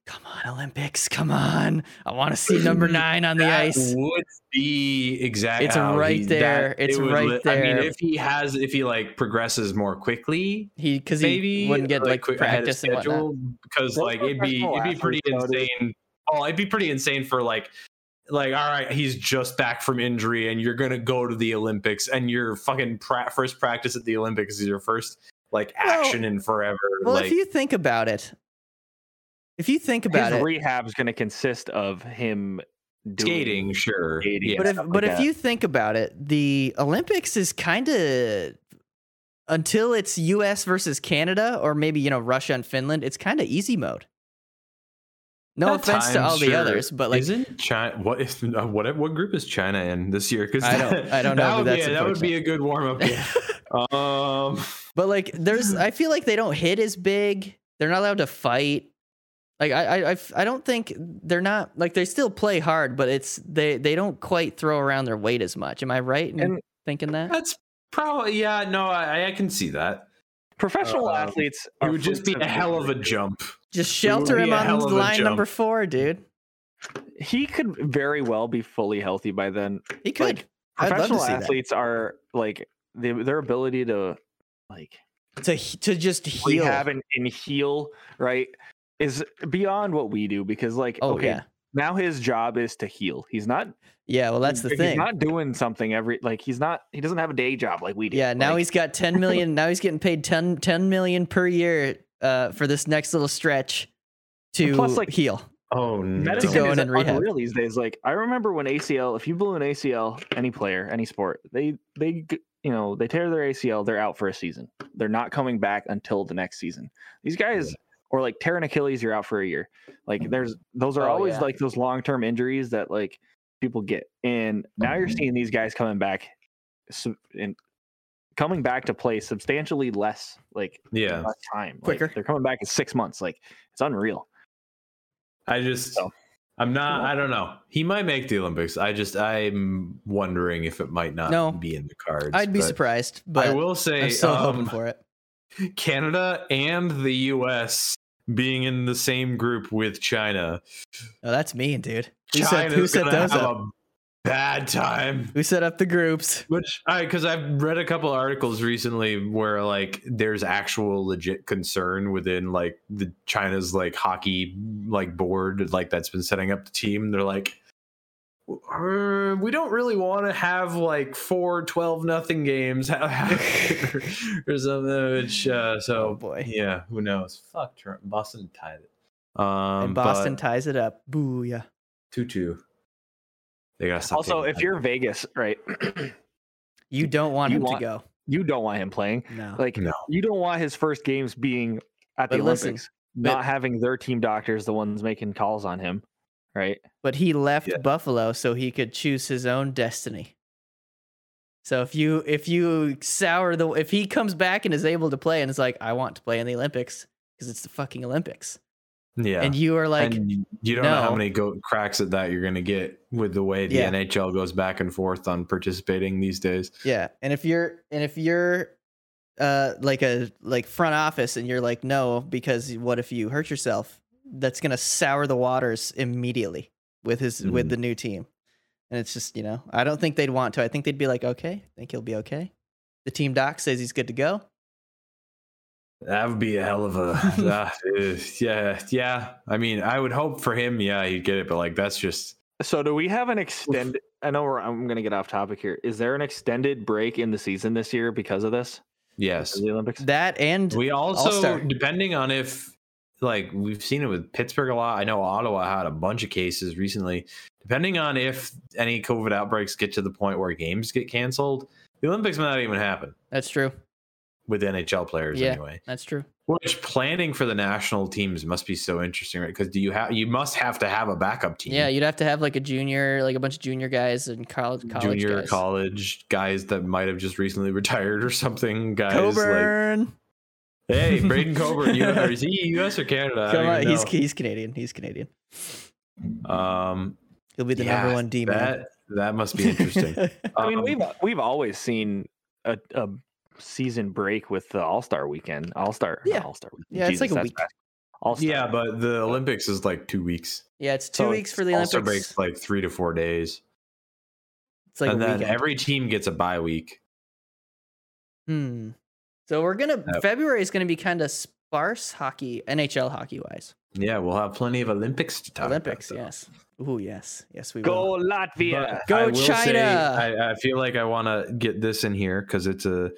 S2: come on olympics come on i want to see number 9 on the ice
S3: would be exactly.
S2: It's right there. It's right
S3: I
S2: there.
S3: mean, if he has, if he like progresses more quickly,
S2: He because
S3: maybe
S2: he wouldn't get
S3: or,
S2: like,
S3: quick- ahead of
S2: practice and whatnot.
S3: schedule, because
S4: Those
S3: like it'd be
S4: professional
S3: it'd be pretty
S4: athletes, though, dude.
S3: insane. Oh, it'd be pretty insane for like like all right, he's just back from injury, and you're gonna go to the Olympics, and your fucking pra- first practice at the Olympics is your first like
S2: Well-
S3: action in forever.
S2: Well,
S3: like
S2: if you think about it, if you think about
S4: his
S2: it,
S4: rehab's going to consist of him doing
S3: skating, sure,
S4: skating.
S3: yeah.
S2: but if
S4: stuff like
S2: but if
S4: that.
S2: you think about it, the Olympics is kind of until it's U.S. versus Canada or maybe you know Russia and Finland. It's kind of easy mode. No
S3: At
S2: offense to
S3: times,
S2: all the
S3: sure.
S2: others, but like
S3: isn't China what if uh, what what group is China in this year? Because
S2: I don't- I don't know, but
S3: That would, be,
S2: that's
S3: that would be a good warm up. um,
S2: But like, there's, I feel like they don't hit as big. They're not allowed to fight. Like, I, I, I f- I don't think they're not like they still play hard, but it's they, they don't quite throw around their weight as much. Am I right in
S4: And-
S2: thinking that?
S3: that's probably yeah. No, I, I can see that.
S4: professional
S3: Uh,
S4: athletes
S3: It
S4: are
S3: would just be
S4: fruits
S3: a hell of a
S4: injury.
S3: jump.
S2: Just shelter
S3: be
S2: him
S3: a
S2: on
S3: hell of a
S2: line
S3: jump.
S2: number four, dude.
S4: he could very well be fully healthy by then
S2: He could. I'd love to
S4: professional
S2: see that.
S4: athletes are like the, their ability to like
S2: to he- to just heal.
S4: rehab and, and heal right is beyond what we do because like
S2: Oh
S4: okay
S2: yeah,
S4: now his job is to heal he's not
S2: yeah. Well, that's the
S4: he's
S2: thing.
S4: not doing something every like he's not he doesn't have a day job like we do
S2: Yeah, now
S4: Like,
S2: he's got 10 million. now he's getting paid 10, 10 million per year uh, for this next little stretch to
S4: plus, like,
S2: heal.
S3: Oh no.
S4: medicine
S2: Mm. To go
S4: is
S2: in and rehab.
S4: unreal these days like i remember when acl if you blew an acl any player any sport they they g- you know they tear their acl they're out for a season they're not coming back until the next season these guys or like tear an achilles you're out for a year like there's those are
S2: Oh,
S4: always
S2: yeah.
S4: like those long-term injuries that like people get and now
S2: Mm-hmm.
S4: you're seeing these guys coming back sub- and coming back to play substantially less like
S3: Yeah.
S4: less time Like,
S2: Quicker.
S4: they're coming back in six months like it's unreal
S3: I just
S4: So.
S3: I'm not I don't know. He might make the Olympics. I just I'm wondering if it might not
S2: No.
S3: be in the cards.
S2: I'd be
S3: but
S2: surprised, but
S3: I will say
S2: I'm still
S3: um,
S2: hoping for it.
S3: Canada and the US being in the same group with China.
S2: Oh, that's mean, dude. Who set,
S3: China's
S2: who set
S3: gonna
S2: those
S3: have
S2: up?
S3: a bad time.
S2: Who set up the groups?
S3: Which I because I've read a couple articles recently where like there's actual legit concern within like the China's like hockey like board like that's been setting up the team. They're like "Uh, we don't really want to have like four 12 nothing games or something which uh so
S2: Oh, boy.
S3: yeah who knows fuck Toron- boston tied it um
S2: and Boston
S3: but
S2: ties it up. Booyah.
S3: tutu they gotta stop
S4: also
S3: taking
S4: if
S3: that.
S4: you're vegas right
S2: You don't want
S4: You
S2: him
S4: want-
S2: to go.
S4: you don't want him playing.
S2: No.
S4: Like
S3: No.
S4: you don't want his first games being at the
S2: But listen,
S4: Olympics,
S2: but-
S4: not having their team doctors the ones making calls on him, right?
S2: but he left
S3: Yeah.
S2: Buffalo so he could choose his own destiny. So if you if you sour the if he comes back and is able to play and is like I want to play in the Olympics because it's the fucking Olympics
S3: yeah
S2: and you are like
S3: and you- you don't know how
S2: no.
S3: many go- cracks at that you're going to get with the way the
S2: Yeah.
S3: NHL goes back and forth on participating these days.
S2: yeah and if you're and if you're uh like a like front office and you're like no because what if you hurt yourself that's gonna sour the waters immediately with his with
S3: Mhm.
S2: the new team and it's just you know I don't think they'd want to I think they'd be like okay I think he'll be okay the team doc says he's good to go
S3: That would be a hell of a Ah, eh, yeah, yeah. I mean, I would hope for him, yeah, he'd get it, but like that's just
S4: So do we have an extended? I know we're, I'm going to get off topic here. Is there an extended break in the season this year because of this?
S3: yes.
S4: Because of the Olympics?
S2: That and
S3: We also
S2: All-Star.
S3: depending on if like we've seen it with Pittsburgh a lot. I know Ottawa had a bunch of cases recently. Depending on if any COVID outbreaks get to the point where games get canceled, the Olympics might not even happen
S2: that's true.
S3: with NHL players
S2: Yeah.
S3: anyway.
S2: That's true.
S3: Which planning for the national teams must be so interesting, right? Because do you have you must have to have a backup team?
S2: Yeah, you'd have to have like a junior, like a bunch of junior guys and college, college
S3: junior
S2: guys.
S3: college guys that might have just recently retired or something. Guys, like
S2: Coburn,
S3: hey, Braden Coburn, you, or is he U.S. or Canada? I
S2: come
S3: don't
S2: on,
S3: even
S2: he's
S3: know.
S2: he's Canadian. He's Canadian.
S3: um,
S2: He'll be the
S3: Yeah,
S2: number one D man.
S3: that that must be interesting.
S4: I mean,
S3: Um,
S4: we've we've always seen a, a season break with the All Star Weekend, All Star,
S2: Yeah.
S4: All Star Weekend.
S2: Yeah, it's like a week.
S4: All Star.
S3: yeah, but the Olympics is like two weeks.
S2: yeah, it's two
S4: So
S2: weeks for the
S3: All-Star
S2: Olympics.
S3: Oh, breaks like three to four days,
S2: It's like
S3: and
S2: a
S3: then
S2: weekend.
S3: every team gets a bye week.
S2: hmm. So we're gonna
S3: Oh.
S2: February is gonna be kind of sparse hockey, NHL hockey wise.
S3: Yeah, we'll have plenty of Olympics to talk
S2: Olympics,
S3: about. though.
S2: yes. Ooh, yes, yes, we
S4: go
S2: will.
S4: Latvia.
S3: But
S2: Go
S3: I will say,
S2: China!
S3: I, I feel like I want to get this in here because it's a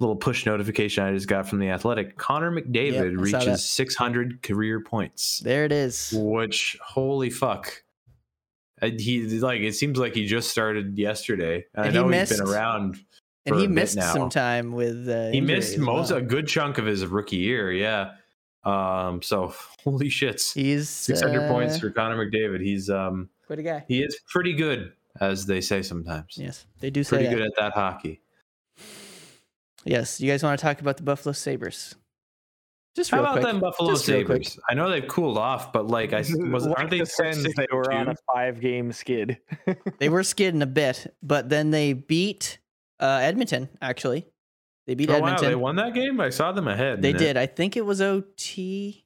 S3: little push notification I just got from the Athletic. Connor McDavid
S2: Yep, I saw that.
S3: reaches 600 career points,
S2: There it is.
S3: which holy fuck. And He like it seems like he just started yesterday. And I
S2: And he
S3: know he's been
S2: missed-
S3: around.
S2: And
S3: for
S2: he
S3: a bit
S2: missed
S3: now.
S2: some time with. Uh,
S3: He
S2: injury
S3: missed
S2: as
S3: most
S2: well.
S3: a good chunk of his rookie year. Yeah. Um. So holy shits.
S2: He's
S3: 600 points
S2: uh,
S3: for Connor McDavid. He's um
S2: Quite a guy.
S3: he is pretty good as they say sometimes.
S2: Yes, they do say
S3: pretty
S2: that.
S3: good at that hockey.
S2: Yes, you guys want to talk about the Buffalo Sabres? Just
S3: How
S2: real
S3: about
S2: quick.
S3: them Buffalo
S2: Just real quick.
S3: Sabres? I know they've cooled off, but like I s- was
S4: Like
S3: aren't they
S4: the Sens,
S3: six
S4: they
S3: and
S4: were on
S3: two?
S4: a five game skid.
S2: They were skidding a bit, but then they beat uh, Edmonton, actually. They beat
S3: Oh, wow,
S2: Edmonton.
S3: they won that game? I saw them ahead.
S2: They
S3: in it.
S2: did. I think it was OT,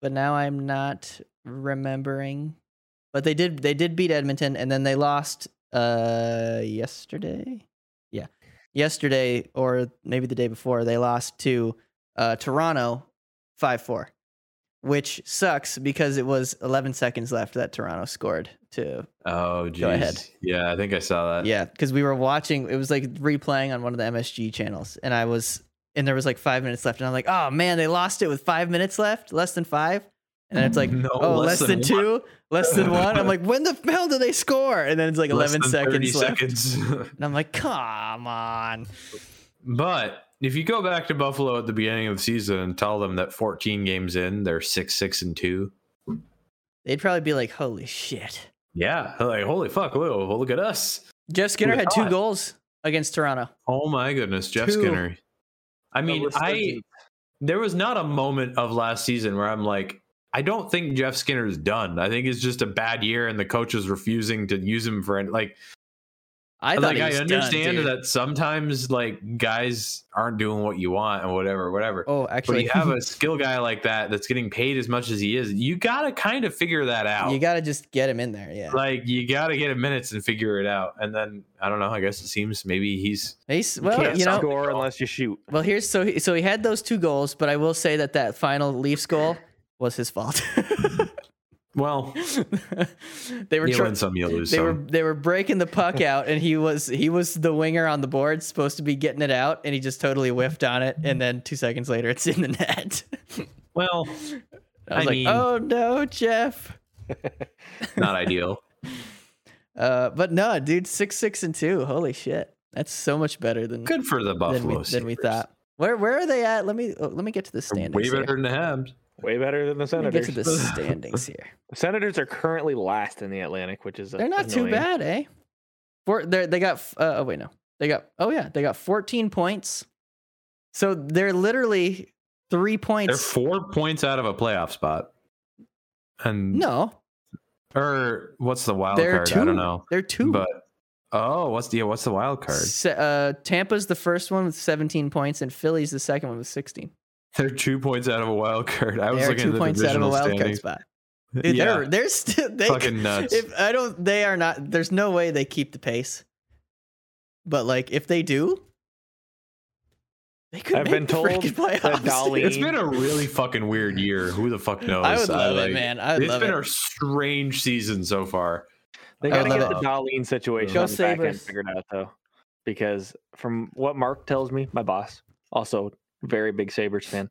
S2: but now I'm not remembering. But they did. They did beat Edmonton, and then they lost uh, yesterday. Yeah, yesterday or maybe the day before they lost to uh, Toronto five four. which sucks because it was 11 seconds left that Toronto scored to
S3: Oh, geez.
S2: ahead.
S3: Yeah, I think I saw that.
S2: yeah because we were watching it was like replaying on one of the MSG channels and I was and there was like five minutes left and I'm like oh man they lost it with five minutes left less than five and it's like
S3: No,
S2: oh
S3: less
S2: less, than,
S3: than
S2: two less than one I'm like when the hell do they score and then it's like
S3: Less
S2: 11
S3: than 30
S2: seconds left
S3: seconds.
S2: and I'm like come on
S3: but if you go back to Buffalo at the beginning of the season and tell them that 14 games in, they're 6 6 and 2.
S2: they'd probably be like holy shit
S3: Yeah. Like, holy fuck, Lou, well, look at us.
S2: Jeff Skinner
S3: Who'da
S2: had two
S3: thought?
S2: goals against Toronto
S3: Oh my goodness, Jeff
S2: Two.
S3: Skinner. I mean,
S4: we're still
S3: I
S4: deep.
S3: there was not a moment of last season where I'm like, I don't think Jeff Skinner's done. I think it's just a bad year and the coach is refusing to use him for any, like
S2: I thought
S3: like
S2: he
S3: I
S2: was done,
S3: understand
S2: dude.
S3: that sometimes like guys aren't doing what you want and whatever, whatever.
S2: oh
S3: But
S2: actually
S3: you have a skill guy like that that's getting paid as much as he is. You gotta kind of figure that out.
S2: you gotta just get him in there yeah
S3: like you gotta get him minutes and figure it out. And then I don't know. I guess it seems maybe he's
S2: He's,
S4: You
S2: well
S4: can't
S2: you know
S4: score unless you shoot.
S2: Well, here's so he, so he had those two goals, but I will say that that final Leafs goal was his fault.
S3: well.
S2: they were
S3: You
S2: tr-
S3: win some, you lose
S2: they
S3: some.
S2: were they were breaking the puck out, and he was he was the winger on the board, supposed to be getting it out, and he just totally whiffed on it, and then two seconds later, it's in the net.
S3: well,
S2: I was
S3: I
S2: like,
S3: mean-
S2: oh no, Jeff.
S3: not ideal.
S2: Uh, but no, dude, six six and two. Holy shit, that's so much better than
S3: Good for the
S2: than
S3: Buffalo.
S2: we, than we
S3: Sabres.
S2: thought. Where where are they at? Let me oh, let me get to the
S3: They're
S2: standings.
S3: Way
S2: here.
S3: better than the Habs.
S4: Way better than the
S2: Let me get
S4: Senators.
S2: to the standings here.
S4: The Senators are currently last in the Atlantic, which is
S2: They're not too
S4: annoying.
S2: bad, eh? Four, they they got. f- Uh, oh wait, no, they got. Oh yeah, they got 14 points. So they're literally three
S3: They're
S2: points.
S3: four points out of a playoff spot. And
S2: no,
S3: or what's the wild
S2: they're
S3: card?
S2: two.
S3: I don't know.
S2: They're two.
S3: But oh, what's the yeah, what's the wild card?
S2: Se- uh, Tampa's the first one with 17 points, and Philly's the second one with 16.
S3: They're two points out of a wild card. I was
S2: They're
S3: looking
S2: two
S3: at the
S2: points out of a
S3: divisional
S2: wild card
S3: standings.
S2: spot. Dude,
S3: yeah,
S2: they're they're still they,
S3: fucking nuts.
S2: If I don't, they are not. There's no way they keep the pace. But like, if they do, they could.
S4: I've
S2: make
S4: been
S2: the
S4: told
S2: freaking
S4: that
S2: playoffs.
S4: Dolly-
S3: it's been a really fucking weird year. Who the fuck knows?
S2: I would love
S3: like-
S2: it, man. I
S3: It's
S2: would love
S3: been
S2: it.
S3: a strange season so far.
S4: They
S2: I
S4: gotta
S2: love
S4: get
S2: it.
S4: the Darlene situation
S2: Go
S4: on the back end
S2: Sabres.
S4: figured out though, because from what Mark tells me, my boss also very big Sabres fan,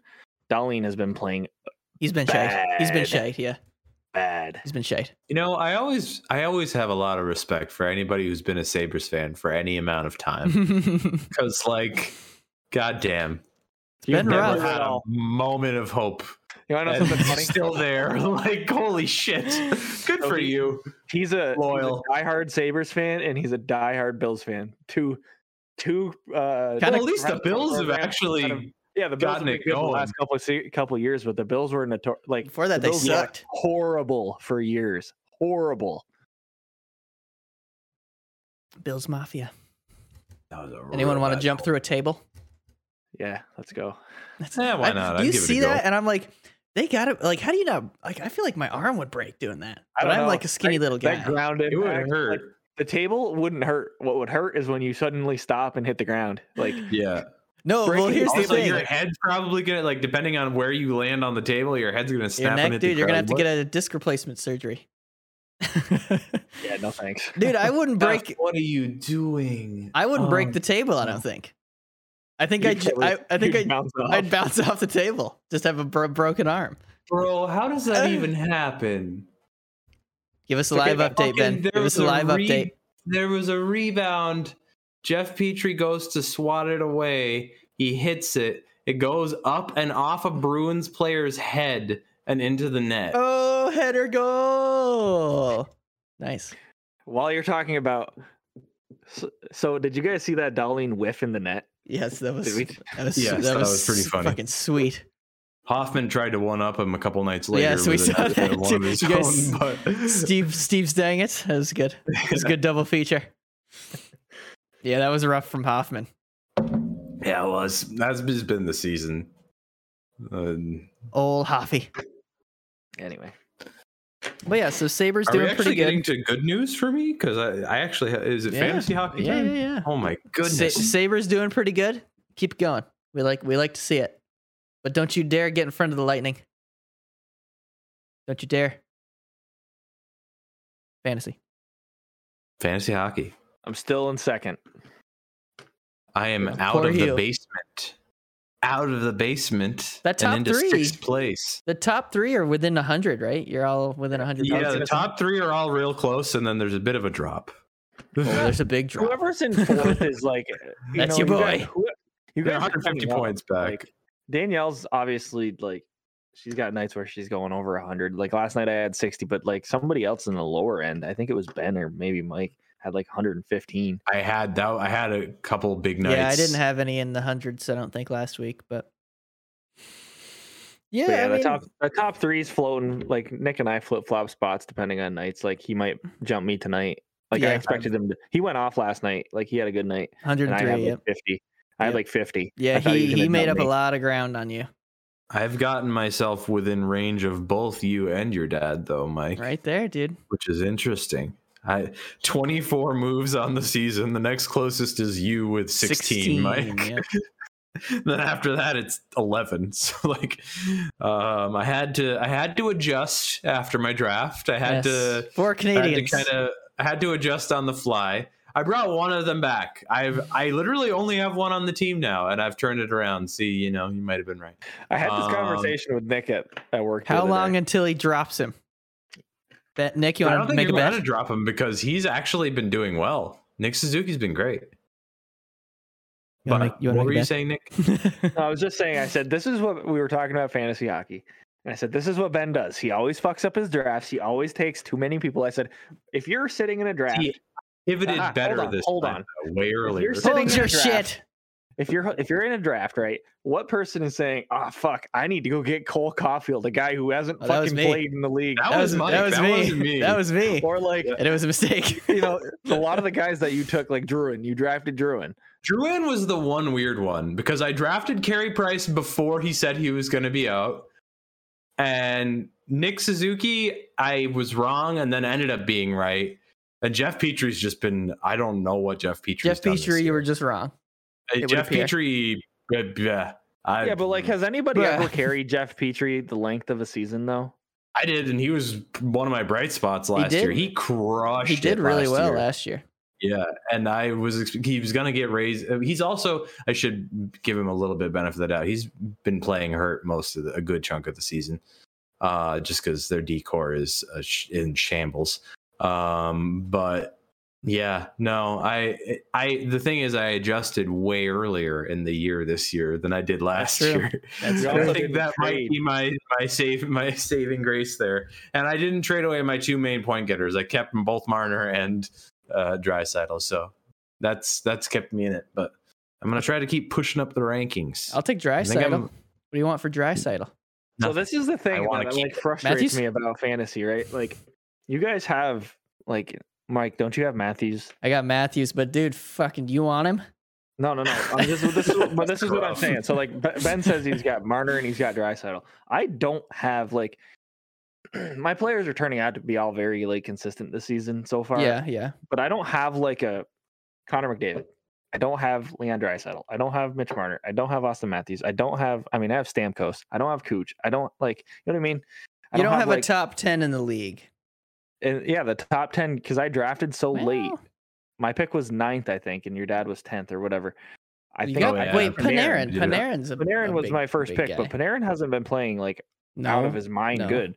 S4: Darlene has been playing
S2: He's been shite. He's been
S4: Bad.
S2: shite. Yeah,
S4: bad.
S2: he's been shite.
S3: You know, I always I always have a lot of respect for anybody who's been a Sabres fan for any amount of time.
S2: it's
S3: Because like, goddamn,
S2: been
S4: never
S2: rough.
S3: never had a
S4: Wow.
S3: moment of hope.
S4: You want to know
S3: And
S4: something funny?
S3: it's still there. Like, holy shit. Good for you.
S4: He's a,
S3: Loyal.
S4: loyal, he's a diehard Sabres fan, and he's a diehard Bills fan. Two, two. Uh,
S3: Well, at least the Bills have
S4: programs out of-
S3: actually
S4: yeah, the Bills have
S3: gotten
S4: been
S3: it
S4: good the
S3: going.
S4: last couple of se- couple of years, but the Bills were notor- like
S2: Before that,
S4: the
S2: they
S4: Bills were
S2: sucked.
S4: horrible for years. Horrible.
S2: Bills Mafia.
S3: That was a
S2: Anyone
S3: real
S2: want to
S3: bad
S2: jump
S3: goal.
S2: through a table?
S4: Yeah, let's go.
S2: That's
S3: Yeah, Eh, why
S2: I-
S3: not?
S2: do
S3: I'd
S2: you
S3: give it a
S2: see
S3: go.
S2: that? And I'm like, they gotta like. How do you not like? I feel like my arm would break doing that.
S4: I
S2: But
S4: don't
S2: I'm
S4: know.
S2: like a skinny little guy.
S4: That ground
S3: It would
S4: impact,
S3: hurt.
S4: like, the table wouldn't hurt. What would hurt is when you suddenly stop and hit the ground. Like
S3: yeah.
S2: no, well
S4: breaking-
S2: here's the
S3: Also,
S2: thing.
S3: your head's probably gonna like depending on where you land on the table, your head's gonna snap
S2: Your
S3: and
S2: neck,
S3: hit the
S2: dude. You're gonna have to
S3: crowd.
S2: get a disc replacement surgery.
S4: yeah, no thanks.
S2: dude, I wouldn't
S3: What-
S2: break.
S3: What are you doing?
S2: I wouldn't break
S3: Um,
S4: Oh,
S2: the table. I don't think. I think I,
S4: You'd
S2: ju- I.
S4: probably-
S2: I think
S4: you'd
S2: I.
S4: bounce off.
S2: I'd bounce off the table. Just have a bro- broken arm.
S3: Bro, how does
S2: Uh.
S3: that even happen?
S2: Give us a
S4: Okay,
S2: live
S4: but
S2: update, Ben.
S3: Fucking- there
S2: Give us
S3: was
S2: a live
S3: re-
S2: update.
S3: There was a rebound. Jeff Petrie goes to swat it away. He hits it. It goes up and off a Bruins player's head and into the net.
S2: Oh, header goal! Nice.
S4: While you're talking about, so, so did you guys see that Darlene whiff in the net?
S2: Yes, that was.
S4: Did we-
S2: That was,
S3: Yes, that was pretty funny.
S2: Fucking sweet.
S3: Hoffman tried to one up him a couple nights later.
S2: Yes, we
S3: with
S2: saw
S3: a-
S2: that
S3: one of
S2: too.
S3: his
S2: You guys-
S3: own, but-
S2: Steve, Steve's dang it. That was good. It was a good double feature. Yeah, that was rough from Hoffman.
S3: yeah, well, it's, that's just been the season. Um,
S2: Old Hoffy.
S4: Anyway,
S2: But yeah, so Sabres
S3: are we
S2: doing
S3: actually
S2: pretty
S3: getting
S2: good.
S3: to good news for me? Because I, I actually ha- is it
S2: Yeah.
S3: fantasy hockey
S2: Yeah,
S3: time?
S2: yeah, yeah.
S3: Oh my
S2: Sa-
S3: goodness!
S2: Sabres doing pretty good. Keep it going. We like we like to see it. But don't you dare get in front of the lightning. Don't you dare. Fantasy.
S3: Fantasy hockey.
S4: I'm still in second.
S3: I am
S2: Poor
S3: out of
S2: you.
S3: the basement. Out of the basement.
S2: That top
S3: and into
S2: three.
S3: sixth place.
S2: The top three are within 100, right? You're all within 100.
S3: Yeah,
S2: Oh,
S3: the top three are all real close, and then there's a bit of a drop. Oh,
S2: there's a big drop.
S4: Whoever's in fourth is like you
S2: That's
S4: know,
S2: your
S4: you
S2: boy.
S4: Got, who- you
S3: They're
S4: guys are
S3: 150
S4: coming up.
S3: points back.
S4: Like, Danielle's obviously like she's got nights where she's going over hundred. Like last night I had sixty, but like somebody else in the lower end, I think it was Ben or maybe Mike had like 115.
S3: I had that. I had a couple big nights.
S2: Yeah, I didn't have any in the hundreds, I don't think, last week, but. Yeah,
S4: But yeah,
S2: I
S4: the
S2: mean,
S4: top the top three's floating like Nick and I flip flop spots depending on nights. Like he might jump me tonight. Like I
S2: Yeah.
S4: expected him to. He went off last night. Like he had a good night, and I
S2: 103.
S4: had like
S2: yep.
S4: 50. I
S2: Yep.
S4: had like 50.
S2: Yeah,
S4: I thought
S2: he,
S4: was
S2: he,
S4: gonna
S2: made up
S4: dump
S2: a
S4: me.
S2: lot of ground on you.
S3: I've gotten myself within range of both you and your dad, though, Mike.
S2: Right there, dude.
S3: Which is interesting. I 24 moves on the season. The next closest is you with 16, Mike.
S2: yeah.
S3: then after that it's 11 so like um i had to i had to adjust after my draft i had
S2: Yes.
S3: to
S2: Four
S3: I had to
S2: Canadians.
S3: kind of i had to adjust on the fly i brought one of them back i've i literally only have one on the team now and i've turned it around see you know you might have been right
S4: I had this
S3: Um,
S4: conversation with Nick at, at work. the
S2: How
S4: other
S2: long
S4: Day.
S2: until he drops him? Bet, Nick, you
S3: i don't
S2: want to
S3: think
S2: make a
S3: you're allowed
S2: bet?
S3: to drop him because he's actually been doing well nick suzuki's been great
S2: You wanna
S3: but
S2: make- you wanna
S3: what were
S2: make
S3: you
S2: a
S3: saying nick
S4: No, I was just saying. I said this is what we were talking about fantasy hockey, and I said this is what Ben does. He always fucks up his drafts. He always takes too many people. I said if you're sitting in a draft,
S3: See, pivoted
S4: Ah,
S3: better
S4: hold on,
S3: this
S4: hold
S3: time,
S4: on.
S3: though, way earlier
S4: sitting in
S2: Hold
S4: a
S2: your
S4: draft.
S2: shit.
S4: if you're if you're in a draft, right? What person is saying, "Ah, fuck, I need to go get Cole Caulfield, a guy who hasn't
S2: Oh, that was
S4: fucking
S2: me.
S4: played in the league,"
S3: That
S2: That
S3: was
S2: was,
S3: Mike,
S2: that was
S3: that
S2: me.
S3: wasn't me.
S2: That was me.
S4: or like
S2: And it was a mistake.
S4: you know, a lot of the guys that you took, like Druin, you drafted Druin.
S3: Druin was the one weird one because I drafted Carey Price before he said he was going to be out. And Nick Suzuki, I was wrong and then ended up being right. And Jeff Petrie's just been, I don't know what Jeff Petrie's
S2: Jeff
S3: done this
S2: Petrie, you
S3: year.
S2: were just wrong.
S3: Uh,
S2: it would
S3: Jeff
S2: appear.
S3: Petrie, uh, bleh. I,
S4: Yeah, but like, has anybody
S2: Bruh.
S4: ever carried Jeff Petrie the length of a season though?
S3: I did, and he was one of my bright spots last
S2: did.
S3: year. He crushed.
S2: He did
S3: it
S2: really
S3: last
S2: well
S3: year.
S2: last year.
S3: Yeah, and I was ex- he was gonna get raised. uh, He's also I should give him a little bit of benefit of the doubt. He's been playing hurt most of the, a good chunk of the season, uh, just because their decor is uh, sh- in shambles. Um, but yeah, no, I I the thing is I adjusted way earlier in the year this year than I did last
S2: true.
S3: year.
S2: That's
S4: You
S3: I
S4: also
S2: true.
S3: think
S4: didn't
S3: that might
S4: trade.
S3: be my my save my saving grace there. And I didn't trade away my two main point getters. I kept them both Marner and uh Drysaddle. So that's that's kept me in it. But I'm gonna try to keep pushing up the rankings.
S2: I'll take
S3: I think
S2: Drysidle.
S3: I'm-
S2: What do you want for Drysidle?
S4: So
S3: Nothing.
S4: this is the thing
S3: wanna
S4: that
S3: keep
S4: like frustrates
S2: Matthews?
S4: me about fantasy, right? Like you guys have like Mike, don't you have Matthews?
S2: I got Matthews, but dude, fucking you on him?
S4: No, no, no. I'm just, this is, but this is what I'm
S3: Rough.
S4: saying. So like Be- Ben says he's got Marner and he's got Drysaddle. I don't have like my players are turning out to be all very like consistent this season so far.
S2: Yeah, yeah.
S4: But I don't have like a Connor McDavid. I don't have Leon Drysaddle. I don't have Mitch Marner. I don't have Austin Matthews. I don't have. I mean, I have Stamkos. I don't have Cooch. I don't like. You know what I mean? I
S2: You don't have a
S4: like-
S2: top 10 in the league.
S4: and yeah, the top ten because I drafted
S3: Oh,
S4: so late.
S2: Well,
S4: My pick was ninth, I think, and your dad was tenth or whatever. I
S2: you
S4: think.
S2: got-
S3: Oh, yeah.
S2: Wait, Panarin.
S3: Panarin did it.
S2: Panarin's a,
S4: Panarin
S2: a
S4: was
S2: big-
S4: my first
S2: big
S4: pick,
S2: guy.
S4: but Panarin hasn't been playing like out
S2: No,
S4: of his mind
S2: no.
S4: good.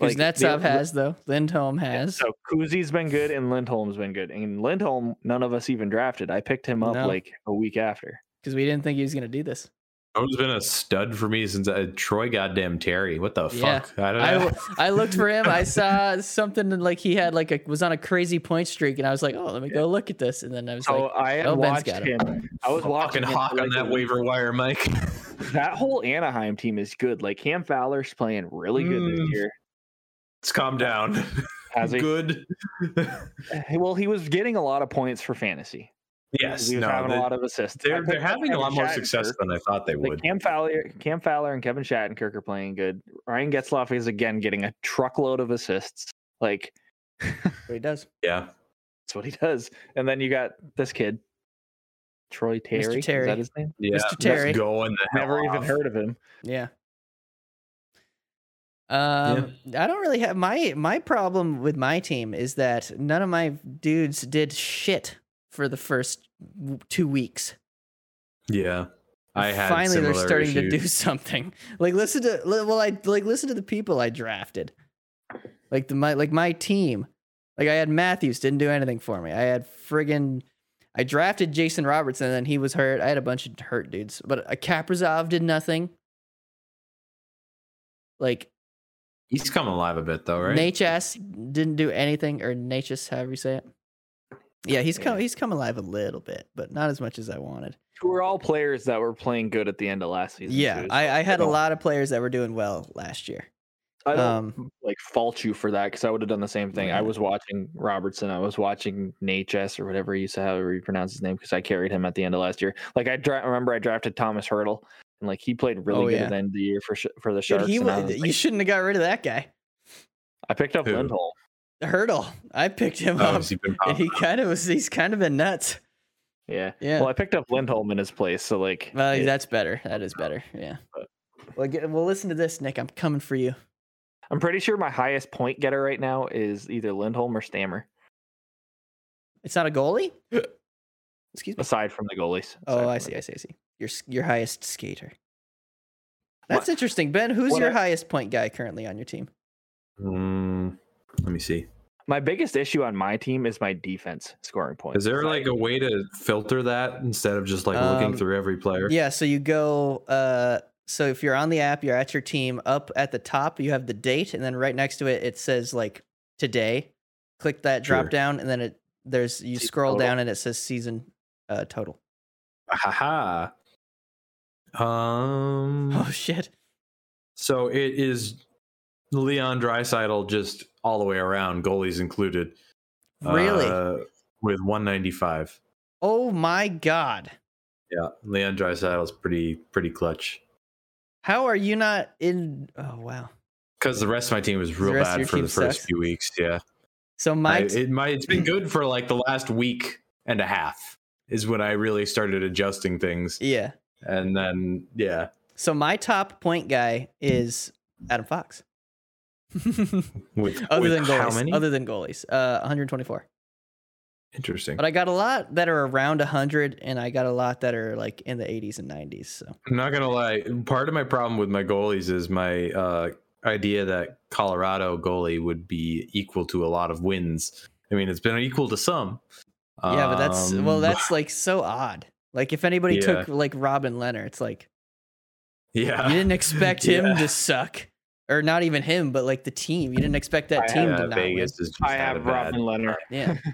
S4: Like, the-
S2: Kuznetsov has though. Lindholm has.
S4: So Kuzi's been good and Lindholm's been good. And Lindholm, none of us even drafted. I picked him up
S2: No.
S4: like a week after.
S2: because we didn't think he was going to do this.
S3: Owen's been a stud for me since I, Troy goddamn Terry. What the
S2: Yeah.
S3: fuck? I don't
S2: I,
S3: know.
S2: w- I looked for him. I saw something that, like he had like a was on a crazy point streak, and I was like, oh, let me go look at this. And then I was
S4: So
S2: like,
S4: I had
S2: oh, Ben's
S4: watched
S2: got
S4: him.
S2: him.
S4: I was watching
S3: fucking
S4: him
S3: hawk
S4: for,
S3: on
S4: like,
S3: that
S4: a week.
S3: waiver wire, Mike.
S4: That whole Anaheim team is good. Like Cam Fowler's playing really good this
S3: Mm.
S4: year.
S3: Let's calm down.
S4: Has he?
S3: Good.
S4: Well, he was getting a lot of points for fantasy.
S3: yes.
S4: he was
S3: No,
S4: having
S3: they-
S4: a lot of assists. I
S3: they're
S4: picked
S3: they're
S4: up
S3: having a
S4: Kevin
S3: lot more
S4: Shattenkirk.
S3: success than I thought they
S4: Like
S3: would.
S4: Cam Fowler, Cam Fowler, and Kevin Shattenkirk are playing good. Ryan Getzloff is again getting a truckload of assists. Like
S2: But he does.
S3: Yeah.
S4: that's what he does. And then you got this kid, Troy Terry. Is
S2: Terry.
S4: that his name?
S3: Yeah,
S2: Mr. Terry.
S3: Going the hell
S4: Never even
S3: off.
S4: heard of him.
S2: Yeah. Um, I don't really have my my problem with my team is that none of my dudes did shit for the first w- two weeks.
S3: Yeah. I had
S2: Finally, they're
S3: similar
S2: starting to
S3: issues.
S2: do something. Like listen to li- well, I like listen to the people I drafted. Like the my like my team. Like I had Matthews didn't do anything for me. I had friggin' I drafted Jason Robertson and then he was hurt. I had a bunch of hurt dudes, but uh, Kaprizov did nothing. Like
S3: He's come alive a bit though, right?
S2: Natchez didn't do anything, or Natchez, however you say it. Yeah, he's come
S4: Yeah.
S2: he's come alive a little bit, but not as much as I wanted.
S4: Who were all players that were playing good at the end of last season.
S2: Yeah,
S4: too, so
S2: I, I had a
S4: Yeah.
S2: lot of players that were doing well last year.
S4: I don't
S2: Um,
S4: like fault you for that because I would have done the same thing.
S2: Yeah.
S4: I was watching Robertson, I was watching Natchez or whatever you said, however you pronounce his name, because I carried him at the end of last year. Like I dra- remember I drafted Thomas Hurdle, and like he played really
S2: Oh,
S4: good
S2: yeah.
S4: at the end of the year for sh- for the
S2: Dude,
S4: Sharks.
S2: he
S4: and I,
S2: wa-
S4: was
S2: you
S4: like-
S2: shouldn't have got rid of that guy.
S4: I picked up
S3: Who?
S4: Lindholm.
S2: Hurdle, I picked him
S3: Oh,
S2: up,
S3: has he been
S2: and
S3: popping
S2: he kind of was he's kind of been nuts.
S4: Yeah.
S2: Yeah,
S4: Well, I picked up Lindholm in his place, so like
S2: well,
S4: it-
S2: that's better. That is better. Yeah. Well, get, well, listen to this, Nick. I'm coming for you.
S4: I'm pretty sure my highest point getter right now is either Lindholm or Stammer,
S2: It's not a goalie. Excuse me.
S4: aside from the goalies.
S2: Oh,
S4: aside
S2: I
S4: from
S2: see.
S4: the-
S2: I see. I see. Your s- your highest skater.
S4: What-
S2: That's interesting, Ben. Who's
S4: what
S2: your
S4: I-
S2: highest point guy currently on your team?
S3: Mm, let me see.
S4: My biggest issue on my team is my defense scoring points.
S3: Is there
S4: I-
S3: like a way to filter that instead of just like
S2: Um,
S3: looking through every player?
S2: Yeah. So you go. Uh, so if you're on the app, you're at your team. Up at the top, you have the date, and then right next to it, it says like today. Click that drop
S3: Sure.
S2: down, and then it there's you
S4: Season
S2: scroll
S4: total.
S2: down, and it says season uh, total.
S3: Ha ha. Um.
S2: Oh shit!
S3: So it is Leon Drysidel just all the way around, goalies included.
S2: Really?
S3: uh, with 195.
S2: oh my god!
S3: Yeah, Leon Draisaitl is pretty pretty clutch
S2: How are you not in? Oh wow!
S3: because the rest of my team was
S2: The
S3: real
S2: rest of
S3: bad
S2: your
S3: for
S2: team
S3: the first
S2: sucks.
S3: few weeks. Yeah,
S2: So
S3: I,
S2: my
S3: it might it's
S2: Hmm.
S3: been good for like the last week and a half is when I really started adjusting things,
S2: yeah.
S3: and then yeah,
S2: So my top point guy is Adam Fox.
S3: with,
S2: other
S3: with
S2: than goalies,
S3: how many?
S2: other than goalies, uh, 124.
S3: Interesting.
S2: But I got a lot that are around 100, and I got a lot that are like in the 80s and 90s. So
S3: I'm not gonna lie. Part of my problem with my goalies is my uh, idea that Colorado goalie would be equal to a lot of wins. I mean, it's been equal to some.
S2: yeah, but that's well,
S3: Um,
S2: that's like so odd. Like if anybody
S3: Yeah.
S2: took like Robin Leonard, it's like
S3: yeah.
S2: you didn't expect him
S3: Yeah.
S2: to suck, or not even him, but like the team. You didn't expect that
S4: I
S2: team
S3: Yeah,
S2: to not
S3: Vegas is just
S4: I
S3: had a
S4: have
S3: bad-
S4: Robin Leonard.
S2: win. Yeah,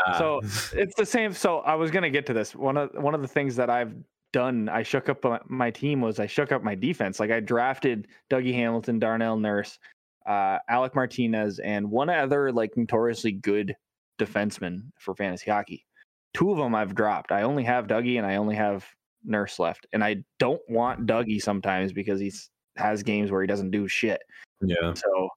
S3: Ah.
S4: So it's the same. So I was gonna get to this. One of one of the things that I've done, I shook up my- my team was I shook up my defense. Like I drafted Dougie Hamilton, Darnell Nurse, uh, Alec Martinez, and one other like notoriously good defenseman for fantasy hockey. Two of them I've dropped. I only have Dougie and I only have Nurse left, and I don't want Dougie sometimes because he's has games where he doesn't do shit.
S3: yeah,
S4: So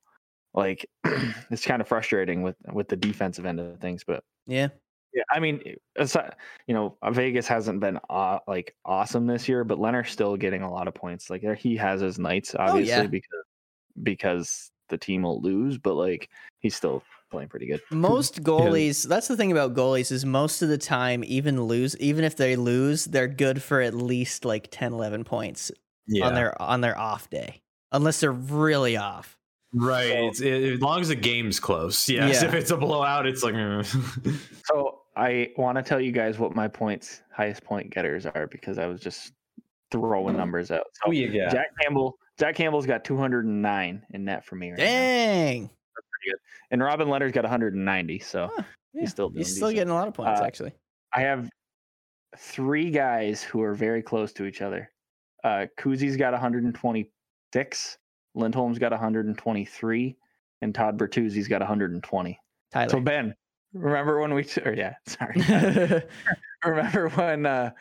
S4: like it's kind of frustrating with with the defensive end of things, but
S2: yeah.
S4: yeah, I mean, aside, you know, Vegas hasn't been uh, like awesome this year, but Leonard's still getting a lot of points. Like there- he has his nights, obviously,
S2: Oh, yeah.
S4: because because the team will lose, but like he's still playing pretty good.
S2: Most goalies, that's the thing about goalies is most of the time even lose even if they lose, they're good for at least like 10 11 points
S3: yeah.
S2: on their on their off day. Unless they're really off.
S3: right.
S4: So-
S3: it's, it, as long as the game's close. Yes.
S2: Yeah.
S3: If it's a blowout, it's like. mm.
S4: So I want to tell you guys what my points, highest point getters are, because I was just throwing
S2: Mm.
S4: numbers out.
S2: Oh,
S4: So
S3: yeah.
S4: Jack Campbell, Jack Campbell's got 209 in net for me right now,
S2: Dang.
S4: and Robin Leonard's got 190. So
S2: Huh, yeah.
S4: he's still doing
S2: He's still
S4: decent.
S2: getting a lot of points
S4: Uh,
S2: actually.
S4: I have three guys who are very close to each other. Uh, Kuzi's got 126, Lindholm's got 123, and Todd Bertuzzi's got 120.
S2: Tyler.
S4: So Ben, remember when we? T- or yeah, sorry. Tyler. remember when uh,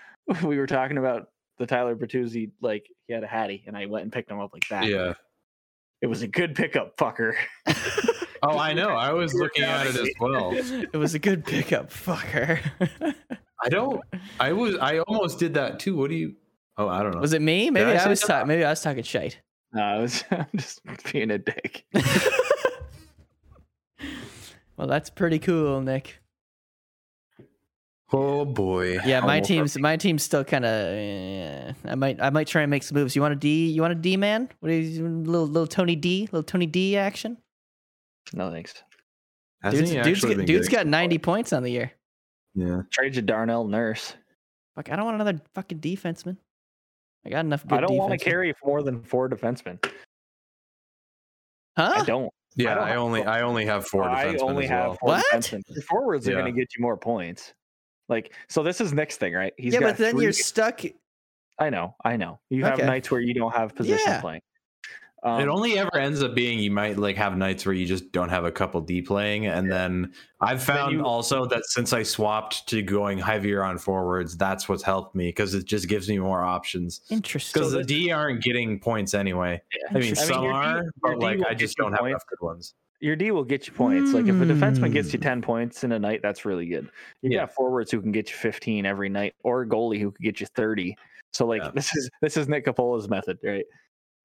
S4: we were talking about the Tyler Bertuzzi? Like he had a hattie, and I went and picked him up like that.
S3: Yeah.
S4: it was a good pickup, fucker.
S3: Oh, I know. I was looking at it as well.
S2: it was a good pickup, fucker.
S3: I don't. I was. I almost did that too. What do you? Oh, I don't know.
S2: was it me? Maybe
S3: I
S2: I
S3: say
S2: was
S3: that?
S2: ta- maybe I was talking shite.
S4: No, I was I'm just being a dick.
S2: well, that's pretty cool, Nick.
S3: Oh boy.
S2: Yeah, my
S4: Ow.
S2: team's my team's still kind of. I might I might try and make some moves. You want a D? You want a D man? What is little little Tony D? Little Tony D action.
S4: No thanks.
S3: Hasn't
S2: Dude's,
S3: he
S2: dude's,
S3: actually
S2: got,
S3: been
S2: dude's
S3: good?
S2: got ninety points on the year.
S3: Yeah.
S4: Trade you Darnell Nurse.
S2: Fuck, I don't want another fucking defenseman. I got enough. Good
S4: I don't want to
S2: defensemen.
S4: carry more than four defensemen.
S2: Huh?
S4: I don't. I
S3: Yeah.
S4: don't
S3: I,
S4: have-
S3: only I only have four.
S4: I
S3: defensemen
S4: only
S3: as
S4: have
S3: well.
S4: four
S2: What?
S4: defensemen. The forwards are
S3: Yeah.
S4: going to get you more points. Like so, this is Nick's thing, right? He's
S2: yeah,
S4: got
S2: but then
S4: three-
S2: you're stuck.
S4: I know, I know. You have
S2: Okay.
S4: nights where you don't have position
S2: Yeah.
S4: playing. Um,
S3: it only ever ends up being you might like have nights where you just don't have a couple D playing, and then I've
S4: Then
S3: found
S4: you-
S3: also that since I swapped to going heavier on forwards, that's what's helped me because it just gives me more options.
S2: Interesting.
S3: Because the D aren't getting points anyway. I mean,
S2: Interesting.
S3: some
S4: your D-
S3: are,
S4: your
S3: but
S4: D
S3: like
S4: will
S3: I
S4: get
S3: just
S4: you
S3: don't have
S4: points.
S3: enough good ones.
S4: your D will get you points. Like if a defenseman gets you
S2: Hmm.
S4: ten points in a night, that's really good. You
S3: Yeah.
S4: got forwards who can get you fifteen every night, or a goalie who could get you thirty. So like
S3: Yeah.
S4: this is this is Nick Capola's method, right?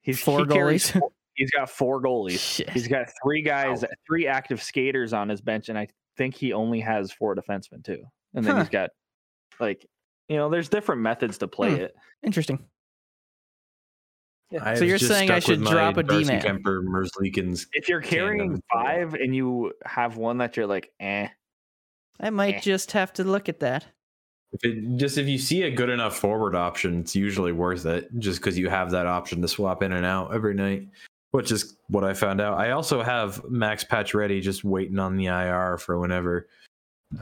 S4: He's
S2: Four
S4: he carries
S2: goalies.
S4: four- he's got four goalies. He's
S2: Shit.
S4: got three guys, three active skaters on his bench, and I think he only has four defensemen too. And then
S2: Huh.
S4: he's got like you know, there's different methods to play
S2: Hmm.
S4: it.
S2: Interesting.
S4: Yeah.
S3: I
S2: So you're
S3: just
S2: saying I
S3: stuck with
S2: should
S3: my
S2: drop a D
S3: Darcy
S2: man.
S3: Kemper, Merzlikens.
S4: If you're carrying
S3: Tandem.
S4: five and you have one that you're like, eh,
S2: I might
S4: Eh.
S2: just have to look at that.
S3: If it, just if you see a good enough forward option, it's usually worth it just because you have that option to swap in and out every night, which is what I found out. I also have Max Patch ready, just waiting on the IR for whenever.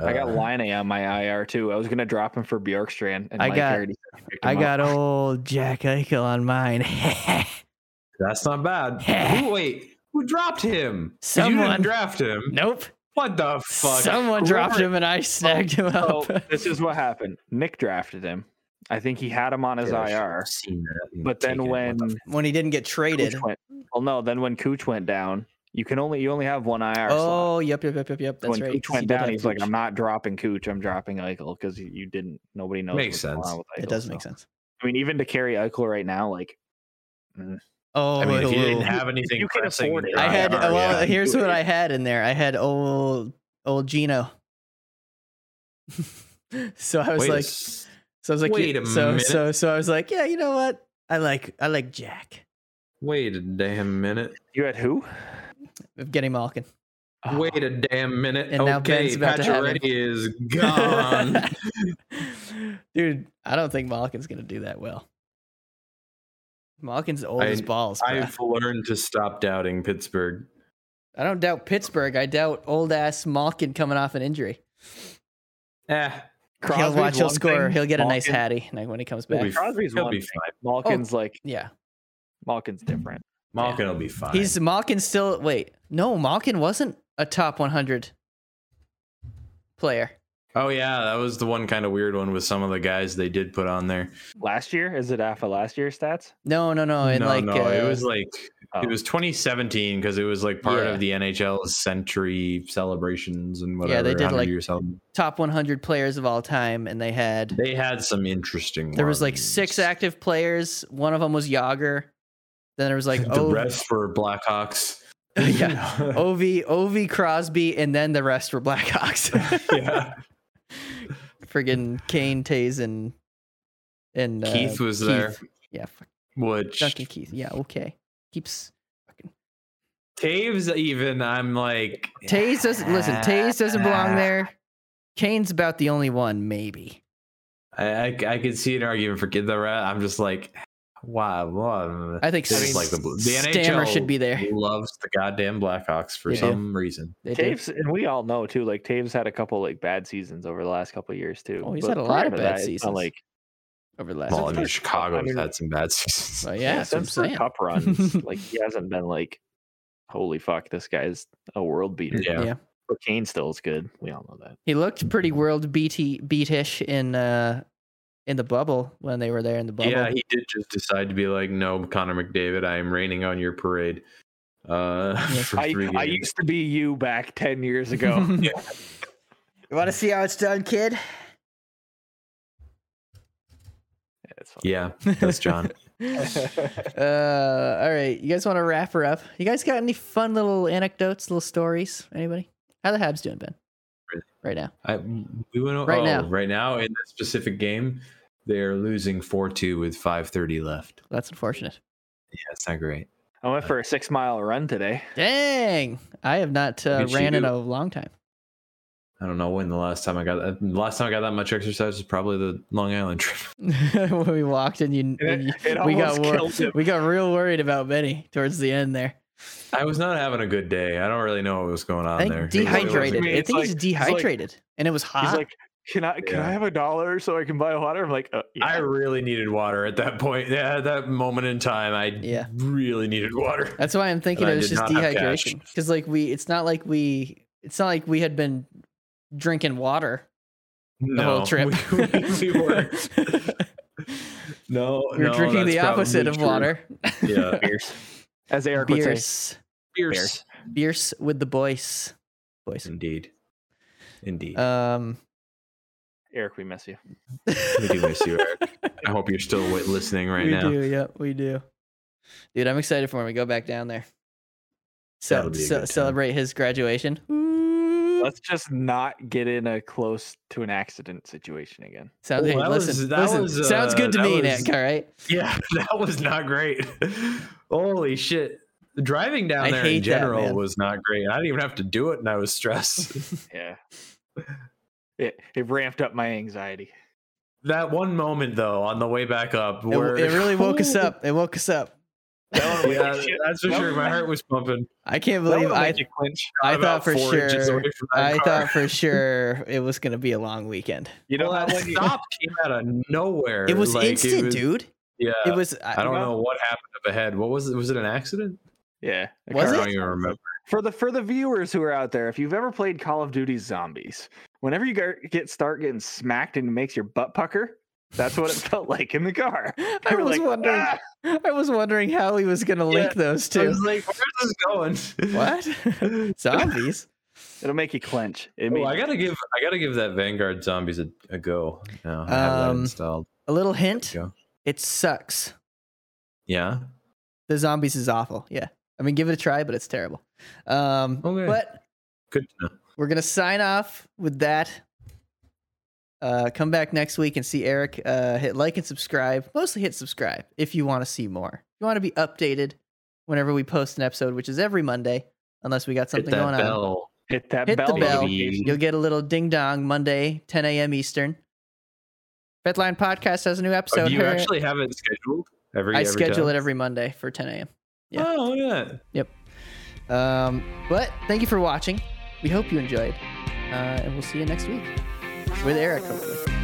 S4: I got
S3: uh,
S4: Line on my IR too. I was gonna drop him for Bjorkstrand, and
S2: I
S4: Mike
S2: got-
S4: already said he picked
S2: I
S4: him up.
S2: got old Jack Eichel on mine.
S3: That's not bad. who, wait, who dropped him? 'Cause you
S2: Someone.
S3: didn't draft him.
S2: nope.
S3: What the fuck?
S2: Someone dropped him and I snagged him
S4: So
S3: Oh,
S2: up.
S4: this is what happened. Nick drafted him. I think he had him on his
S3: Yeah, I should've
S4: IR,
S3: seen that and
S4: but
S3: taken
S4: then
S3: it.
S4: when
S3: What the
S2: when he didn't get traded.
S4: Cooch went, well, no, then when Cooch went down, you can only you only have one IR. slot.
S2: Oh, yep, yep, yep, yep, yep. That's
S4: when
S2: right.
S4: Cooch
S2: 'cause he
S4: went
S2: did
S4: down,
S2: have
S4: he's like,
S2: Cooch.
S4: I'm not dropping Cooch, I'm dropping Eichel because you, you didn't. Nobody knows.
S3: Makes
S4: what's going
S3: sense.
S4: on with
S2: It
S4: Eichel,
S2: does
S4: so.
S2: make sense.
S4: I mean, even to carry Eichel right now, like
S2: Oh,
S3: I mean, if you
S2: it'll-
S3: didn't have anything
S4: you can
S3: pressing,
S4: afford it.
S3: you're
S2: I
S3: on
S2: had.
S3: IR,
S2: well,
S3: yeah.
S2: here's what I had in there. I had old old Gino. so I was
S3: Wait a
S2: like,
S3: s-
S2: so I was like,
S3: wait
S2: yeah,
S3: a
S2: so
S3: minute.
S2: so so I was like, yeah, you know what? I like I like Jack.
S3: wait a damn minute.
S4: you had who?
S2: Of getting Malkin.
S3: Wait a damn minute.
S2: Ah. And now Ben's
S3: okay,
S2: about to have
S3: Pacioretty is gone.
S2: Dude, I don't think Malkin's gonna do that well. Malkin's old
S3: I-
S2: as balls. bruh.
S3: I've learned to stop doubting Pittsburgh.
S2: I don't doubt Pittsburgh. I doubt old ass Malkin coming off an injury.
S3: Eh,
S4: Crosby's
S2: he'll watch. He'll
S4: one
S2: score.
S4: thing,
S2: he'll get a nice Oh.
S4: Malkin-
S2: hattie like, when he comes
S3: he'll
S2: back.
S3: be,
S4: Crosby's
S3: he'll
S4: one
S3: be
S4: thing.
S3: fine.
S4: Malkin's like
S2: yeah,
S4: Malkin's different.
S3: Malkin will be fine.
S2: he's Malkin still. Wait, no, Malkin wasn't a top 100 player.
S3: oh yeah, that was the one kind of weird one with some of the guys they did put on there.
S4: Last year is it off of last year's stats?
S2: No, no, no. And
S3: no,
S2: like,
S3: no,
S2: uh,
S3: it was like
S4: Oh.
S3: it was 2017 because it was like part
S2: Yeah.
S3: of the NHL's century celebrations and whatever.
S2: Yeah, they did,
S3: 100
S2: like-
S3: year celebration.
S2: top 100 players of all time, and they had
S3: They had some interesting.
S2: there was like six
S3: ones.
S2: active players. One of them was Yager. Then there was like
S3: the
S2: Ov,
S3: rest were Blackhawks.
S2: oh. yeah, Oh. Ov, Ov, Crosby, and then the rest were Blackhawks.
S3: yeah.
S2: Friggin' Kane, Tays, and and uh,
S3: Keith was there.
S2: Yeah, fuck,
S3: Which
S2: Duncan Keith. Yeah, okay. Keeps
S3: Taves even I'm like
S2: Tays doesn't listen. Tays doesn't belong there. Kane's about the only one, maybe.
S3: I I, I could see an argument for kid the rat. I'm just like wow, wow.
S2: I think
S3: This
S4: I
S3: is
S4: mean,
S3: like the blue. the
S2: Stammer
S3: NHL
S2: should be there.
S3: Loves the goddamn Blackhawks for
S2: They do.
S3: some reason.
S2: They do.
S4: Taves, and we all know too. Like Taves had a couple like bad seasons over the last couple years too.
S2: Oh, he's
S4: But
S2: had a lot
S4: prior
S2: of
S4: to
S2: bad
S4: that, it's not
S2: seasons.
S4: Like
S2: over the last.
S3: Well, I
S2: Well,
S3: mean,
S4: first- I
S3: Chicago's
S4: mean-
S3: had some bad seasons.
S2: yeah, that's what I'm
S4: since the
S2: saying.
S4: cup runs, like he hasn't been like, holy fuck, this guy's a world beater.
S3: Yeah.
S2: Yeah.
S4: But Kane still is good. We all know that.
S2: He looked pretty world beaty beatish in uh in the bubble when they were there in the bubble.
S3: Yeah, he did just decide to be like, no, Connor McDavid, I am raining on your parade. Uh,
S2: Yes.
S3: for
S4: I,
S3: three
S4: I
S3: games.
S4: used to be you back 10 years ago.
S3: Yeah.
S2: You want to see how it's done, kid?
S4: It's fine.
S3: yeah, that's John.
S2: Uh, all right, you guys want to wrap her up? You guys got any fun little anecdotes, little stories? Anybody? How the Habs doing, Ben? Right now,
S3: I, we went
S2: Right
S3: right oh,
S2: now.
S3: now. Right now in this specific game, they're losing four two with five thirty left.
S2: that's unfortunate.
S3: Yeah, it's not great.
S4: I went for a six mile run today.
S2: Dang, I have not uh,
S3: Look at
S2: ran in
S3: you.
S2: a long time. the
S3: I don't know when the last time I got that. The last time I got that much exercise was probably the Long Island trip.
S2: when we walked and you, and you- we got wor-
S4: him.
S2: we got real worried about Benny towards the end there.
S3: I was not having a good day. I don't really know what was going on
S2: I
S3: there.
S2: think dehydrated.
S4: me.
S2: I
S4: It's
S2: think
S4: like-
S2: he's
S4: it's like-
S2: dehydrated, and it was
S4: He's
S2: hot.
S4: like, "Can I? Can I
S3: Yeah.
S4: have a dollar so I can buy water?" I'm like, uh,
S3: I
S4: yeah.
S3: really needed water at that point. Yeah, at that moment in time, I
S2: Yeah.
S3: really needed water.
S2: That's why I'm thinking
S3: And
S2: it
S3: I
S2: was
S3: did
S2: just
S3: not have cash.
S2: dehydration. Because like we, it's not like we, it's not like we had been drinking water
S3: No,
S2: the whole trip.
S3: We, we- we were no,
S2: We were
S3: no,
S2: drinking the
S3: that's probably
S2: opposite of
S3: true.
S2: water.
S3: Yeah,
S4: beers, as Eric would say,
S2: Beers,
S4: beers.
S3: beers.
S2: beers with the boys, boys.
S3: Indeed, indeed.
S2: Um,
S4: Eric, we miss you.
S3: we do miss you, Eric. I hope you're still wi- listening right
S2: we
S3: now.
S2: do, yeah, we do. Dude, I'm excited for when we go back down there. So,
S3: That'll be a
S2: so
S3: good time.
S2: celebrate his graduation. Ooh.
S4: Let's just not get in a close to an accident situation again.
S2: Sounds,
S3: Oh,
S2: hey,
S3: that
S2: listen,
S3: was- that
S2: listen.
S3: was,
S2: sounds
S3: uh,
S2: good to
S3: that
S2: me,
S3: was-
S2: Nick. All right.
S3: Yeah, that was not great. Holy shit. Driving down
S2: I
S3: there
S2: hate
S3: in
S2: that,
S3: general
S2: man.
S3: was not great. I didn't even have to do it and I was stressed.
S4: Yeah, it it ramped up my anxiety.
S3: that one moment though on the way back up
S2: It,
S3: where
S2: it really woke us up. It woke us up.
S4: That one was
S3: Oh, yeah,
S4: like, shit.
S3: that's for
S4: That
S3: sure.
S4: one-
S3: My heart was pumping.
S2: I can't
S3: That
S2: believe
S3: would
S2: I
S3: make you clinch.
S2: I
S3: I'm
S2: thought
S3: about
S2: for
S3: four inches
S2: sure-
S3: away from that
S2: I
S3: car.
S2: thought for sure it was gonna be a long weekend.
S4: You know
S3: well,
S4: how
S3: that
S4: when you-
S3: stop came out of nowhere.
S2: It was
S3: Like,
S2: instant,
S3: was-
S2: dude.
S3: Yeah,
S2: It was.
S3: I
S2: I,
S3: don't know what happened up ahead. What was it? Was it an accident?
S4: Yeah. a
S2: Was
S4: car
S3: I
S2: it?
S3: don't
S4: accident.
S3: even remember.
S4: For the for the viewers who are out there, if you've ever played Call of Duty Zombies, whenever you gar- get start getting smacked and it makes your butt pucker, that's what it felt like in the car.
S2: I
S4: You were
S2: was
S4: like,
S2: wondering.
S4: "Ah!"
S2: I was wondering how he was gonna link those
S3: I
S2: two.
S3: was like, where's this going?
S2: What zombies?
S4: It'll make you clench. It
S3: Oh,
S4: made,
S3: I gotta give I gotta give that Vanguard Zombies a, a go. No, I have that
S2: Um,
S3: installed.
S2: A little hint.
S3: Go.
S2: It sucks.
S3: Yeah.
S2: The zombies is awful. Yeah. I mean, give it a try, but it's terrible. Um,
S3: Okay.
S2: But
S3: Good to know.
S2: we're gonna sign off with that. Uh, come back next week and see Eric. Uh, hit like and subscribe. Mostly hit subscribe if you want to see more. If you want to be updated whenever we post an episode, which is every Monday, unless we got something
S3: Hit that
S2: going on.
S3: bell.
S4: hit that
S2: hit the
S4: bell.
S2: bell.
S4: notification.
S2: You'll get a little ding dong Monday, 10 a.m. Eastern. Fedline Podcast has a new
S3: Oh,
S2: episode.
S3: do you
S2: Her-
S3: actually have it scheduled every?
S2: I
S3: every
S2: schedule
S3: time?
S2: it every Monday for 10 a.m. yeah.
S3: Oh yeah.
S2: Um, but thank you for watching. We hope you enjoyed, uh, and we'll see you next week with Eric. Hopefully.